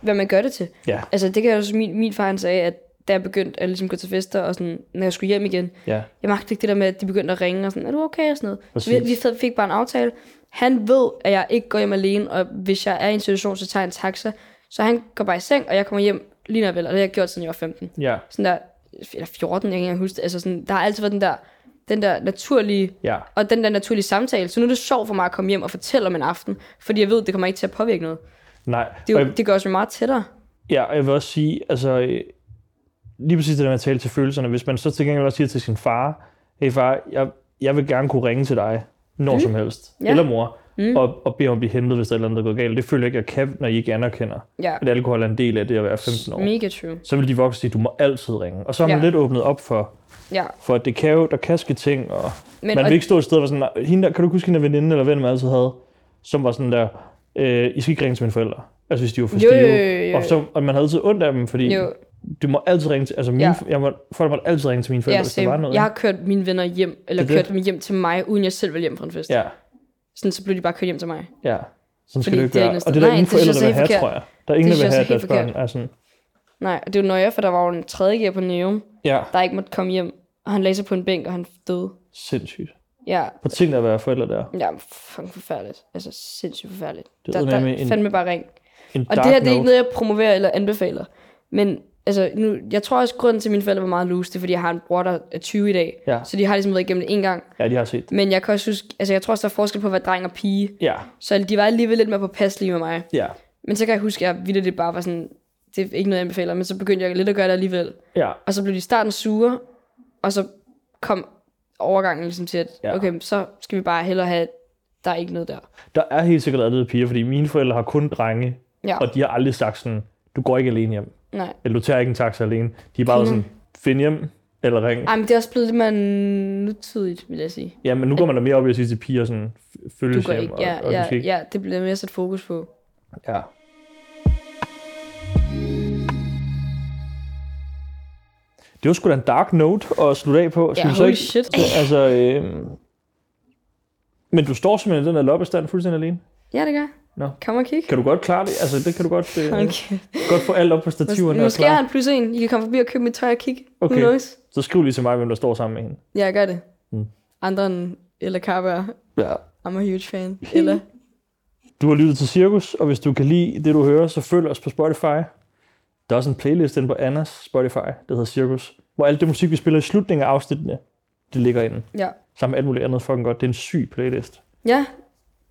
Speaker 2: hvad man gør det til.
Speaker 1: Ja,
Speaker 2: Altså, det kan jeg også, min, min far han sagde, at da jeg begyndte at ligesom gå til fester, og sådan, når jeg skulle hjem igen,
Speaker 1: ja.
Speaker 2: jeg magtede ikke det der med, at de begyndte at ringe, og sådan, er du okay, og sådan noget. Så vi, vi
Speaker 1: Præcis.
Speaker 2: fik- fik bare en aftale. Han ved, at jeg ikke går hjem alene, og hvis jeg er i en situation, så tager jeg en taxa. Så han går bare i seng, og jeg kommer hjem lige når vel, og det har jeg gjort, siden jeg var 15
Speaker 1: Ja,
Speaker 2: sådan der, eller 14, jeg kan ikke engang huske det. Altså sådan, der har altid været den der, den der naturlige,
Speaker 1: Ja.
Speaker 2: og den der naturlige samtale. Så nu er det sjovt for mig at komme hjem og fortælle om en aften, fordi jeg ved, det kommer ikke til at påvirke noget.
Speaker 1: nej.
Speaker 2: Det, er
Speaker 1: Og
Speaker 2: jo,
Speaker 1: jeg,
Speaker 2: det gør os jo meget tættere.
Speaker 1: ja, og jeg vil også sige, altså, øh, lige præcis det der med at tale til følelserne, hvis man så til gengæld også siger til sin far, hey far, jeg, jeg vil gerne kunne ringe til dig, når mm. som helst,
Speaker 2: Ja.
Speaker 1: eller mor, mm. og, og bede om at blive hentet, hvis der er et eller andet, der går galt. Det føler jeg ikke, jeg kan, når I ikke anerkender,
Speaker 2: Ja,
Speaker 1: at alkohol er en del af det at være 15 år.
Speaker 2: mega true.
Speaker 1: så vil de voksne sige, du må altid ringe. Og så har man ja.
Speaker 2: Ja.
Speaker 1: lidt åbnet op for,
Speaker 2: Ja.
Speaker 1: for at det kan jo, der kan ske ting, og
Speaker 2: Men,
Speaker 1: man
Speaker 2: og,
Speaker 1: vil ikke stå et sted, hvor sådan, "Nej, hende der, kan du ikke huske hende der veninde eller ven, man altid havde, som var sådan der, øh, I skal ikke ringe til mine forældre, altså hvis de var for
Speaker 2: Jo,
Speaker 1: stive.
Speaker 2: jo, jo, jo.
Speaker 1: Og, så, og man havde altid ondt af dem, fordi
Speaker 2: jo,
Speaker 1: du må altid ringe til, altså mine,
Speaker 2: Ja.
Speaker 1: ja. jeg må, folk måtte altid ringe til mine forældre,
Speaker 2: ja,
Speaker 1: hvis der var
Speaker 2: same.
Speaker 1: noget.
Speaker 2: jeg
Speaker 1: ikke?
Speaker 2: har kørt mine venner hjem, eller
Speaker 1: Det er det.
Speaker 2: kørt dem hjem til mig, uden jeg selv ville hjem fra en fest.
Speaker 1: Ja,
Speaker 2: Sådan, så blev de bare kørt hjem til mig.
Speaker 1: ja. Sådan skal
Speaker 2: Fordi
Speaker 1: det jo ikke
Speaker 2: det er
Speaker 1: være.
Speaker 2: ikke noget
Speaker 1: Og det er
Speaker 2: sted.
Speaker 1: der ingen
Speaker 2: Nej, det synes
Speaker 1: forældre,
Speaker 2: jeg
Speaker 1: der
Speaker 2: så
Speaker 1: vil
Speaker 2: er
Speaker 1: have,
Speaker 2: helt
Speaker 1: tror jeg. Der er ingen, der
Speaker 2: Det
Speaker 1: vil have,
Speaker 2: synes jeg
Speaker 1: at
Speaker 2: så er
Speaker 1: deres
Speaker 2: helt
Speaker 1: børn
Speaker 2: forkert.
Speaker 1: er sådan.
Speaker 2: Nej, og det er jo nøje, for der var jo en tredje på Neum,
Speaker 1: Ja,
Speaker 2: der ikke måtte komme hjem, og han lagde sig på en bænk, og han døde.
Speaker 1: sindssygt.
Speaker 2: Ja,
Speaker 1: På ting at være forældre der.
Speaker 2: Ja, fucking forfærdeligt. Altså sindssygt forfærdeligt.
Speaker 1: Det
Speaker 2: Det
Speaker 1: er
Speaker 2: der,
Speaker 1: eddermame
Speaker 2: der
Speaker 1: en-
Speaker 2: en... fandme bare ring.
Speaker 1: En
Speaker 2: Og
Speaker 1: dark
Speaker 2: det her, det er
Speaker 1: note.
Speaker 2: ikke noget, jeg promoverer eller anbefaler. Men altså, nu, jeg tror også, grunden til, at mine forældre var meget loose, det er, fordi jeg har en bror, der er 20 i dag.
Speaker 1: Ja.
Speaker 2: Så de har ligesom været igennem det en gang.
Speaker 1: Ja, de har set. det.
Speaker 2: Men jeg kan også huske, altså jeg tror også, der er forskel på at være dreng og pige.
Speaker 1: Ja,
Speaker 2: Så de var alligevel lidt mere påpasselige med mig.
Speaker 1: ja,
Speaker 2: Men så kan jeg huske, at jeg vidt det bare var sådan, det er ikke noget, jeg anbefaler, men så begyndte jeg lidt at gøre det alligevel.
Speaker 1: ja.
Speaker 2: Og så blev de i starten sure, og så kom overgangen ligesom til, at
Speaker 1: Ja.
Speaker 2: ja. okay, så skal vi bare hellere have, der er ikke noget der.
Speaker 1: Der er helt sikkert andet piger, fordi mine forældre har kun drenge,
Speaker 2: Ja.
Speaker 1: og de har aldrig sagt sådan, du går ikke alene hjem.
Speaker 2: Nej.
Speaker 1: Eller du tager ikke en taxa alene. De er bare
Speaker 2: Nå.
Speaker 1: sådan, find hjem eller ring.
Speaker 2: Ej, men det er også blevet lidt mere nutidigt, vil jeg sige.
Speaker 1: Ja, men nu går man da mere op i at sige til piger sådan, f-
Speaker 2: Du
Speaker 1: følges
Speaker 2: går
Speaker 1: hjem.
Speaker 2: ikke. Ja,
Speaker 1: og, og
Speaker 2: ja,
Speaker 1: måske ikke-
Speaker 2: ja, det bliver mere sat fokus på.
Speaker 1: ja. Det var sgu da en dark note at slutte af på. Skal
Speaker 2: Ja,
Speaker 1: vi
Speaker 2: holy
Speaker 1: ikke,
Speaker 2: shit.
Speaker 1: Altså, øh, men du står simpelthen i den her loppestand fuldstændig alene.
Speaker 2: Ja, det gør jeg.
Speaker 1: Nå.
Speaker 2: Kom og kig.
Speaker 1: Kan du godt klare det? Altså, det kan du godt, øh,
Speaker 2: <laughs> Okay.
Speaker 1: godt få alt op på stativerne og
Speaker 2: Måske har
Speaker 1: klare.
Speaker 2: han plus en. I kan komme forbi og købe mit tøj og kigge.
Speaker 1: Okay.
Speaker 2: Who knows?
Speaker 1: Så skriv lige til mig, hvem der står sammen med hende.
Speaker 2: Ja, jeg gør det.
Speaker 1: Mm.
Speaker 2: Andre end Ella Carberg.
Speaker 1: Ja.
Speaker 2: I'm a huge fan. Ella.
Speaker 1: Du har lyttet til Cirkus, og hvis du kan lide det, du hører, så følg os på Spotify. Der er også en playlist inde på Annas Spotify, der hedder Cirkus, hvor alt det musik, vi spiller i slutningen af afsnittene, det ligger inde.
Speaker 2: Ja.
Speaker 1: Sammen med alt muligt andet fucking godt. Det er en syg playlist.
Speaker 2: Ja.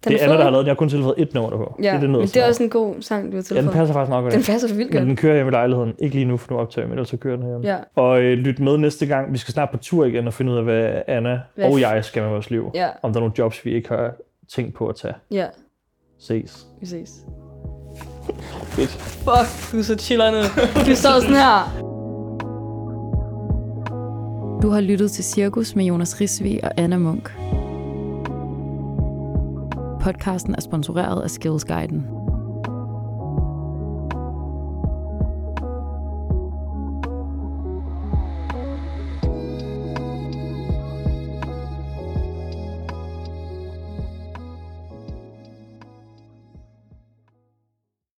Speaker 2: Den
Speaker 1: det er Anna,
Speaker 2: fed.
Speaker 1: der har lavet den. Jeg har kun tilføjet et nummer derpå.
Speaker 2: Ja,
Speaker 1: det, er
Speaker 2: men
Speaker 1: nødt
Speaker 2: det er også en god sang, du har
Speaker 1: ja, den
Speaker 2: tilføjet.
Speaker 1: passer faktisk meget godt.
Speaker 2: den
Speaker 1: ind.
Speaker 2: passer for vildt
Speaker 1: Men
Speaker 2: godt.
Speaker 1: den kører hjem i lejligheden. Ikke lige nu, for nu optager jeg, men ellers så kører den hjem.
Speaker 2: Ja.
Speaker 1: Og øh, lyt med næste gang. Vi skal snart på tur igen og finde ud af, hvad Anna
Speaker 2: Hvad
Speaker 1: og
Speaker 2: f-
Speaker 1: jeg skal med vores liv.
Speaker 2: Ja,
Speaker 1: Om der er nogle jobs, vi ikke har tænkt på at tage.
Speaker 2: ja.
Speaker 1: Ses.
Speaker 2: Vi ses. Fuck, du er så chiller nu. Du står sådan her.
Speaker 3: Du har lyttet til Cirkus med Jonas Risvi og Anna Munk. Podcasten er sponsoreret af Skills Guiden.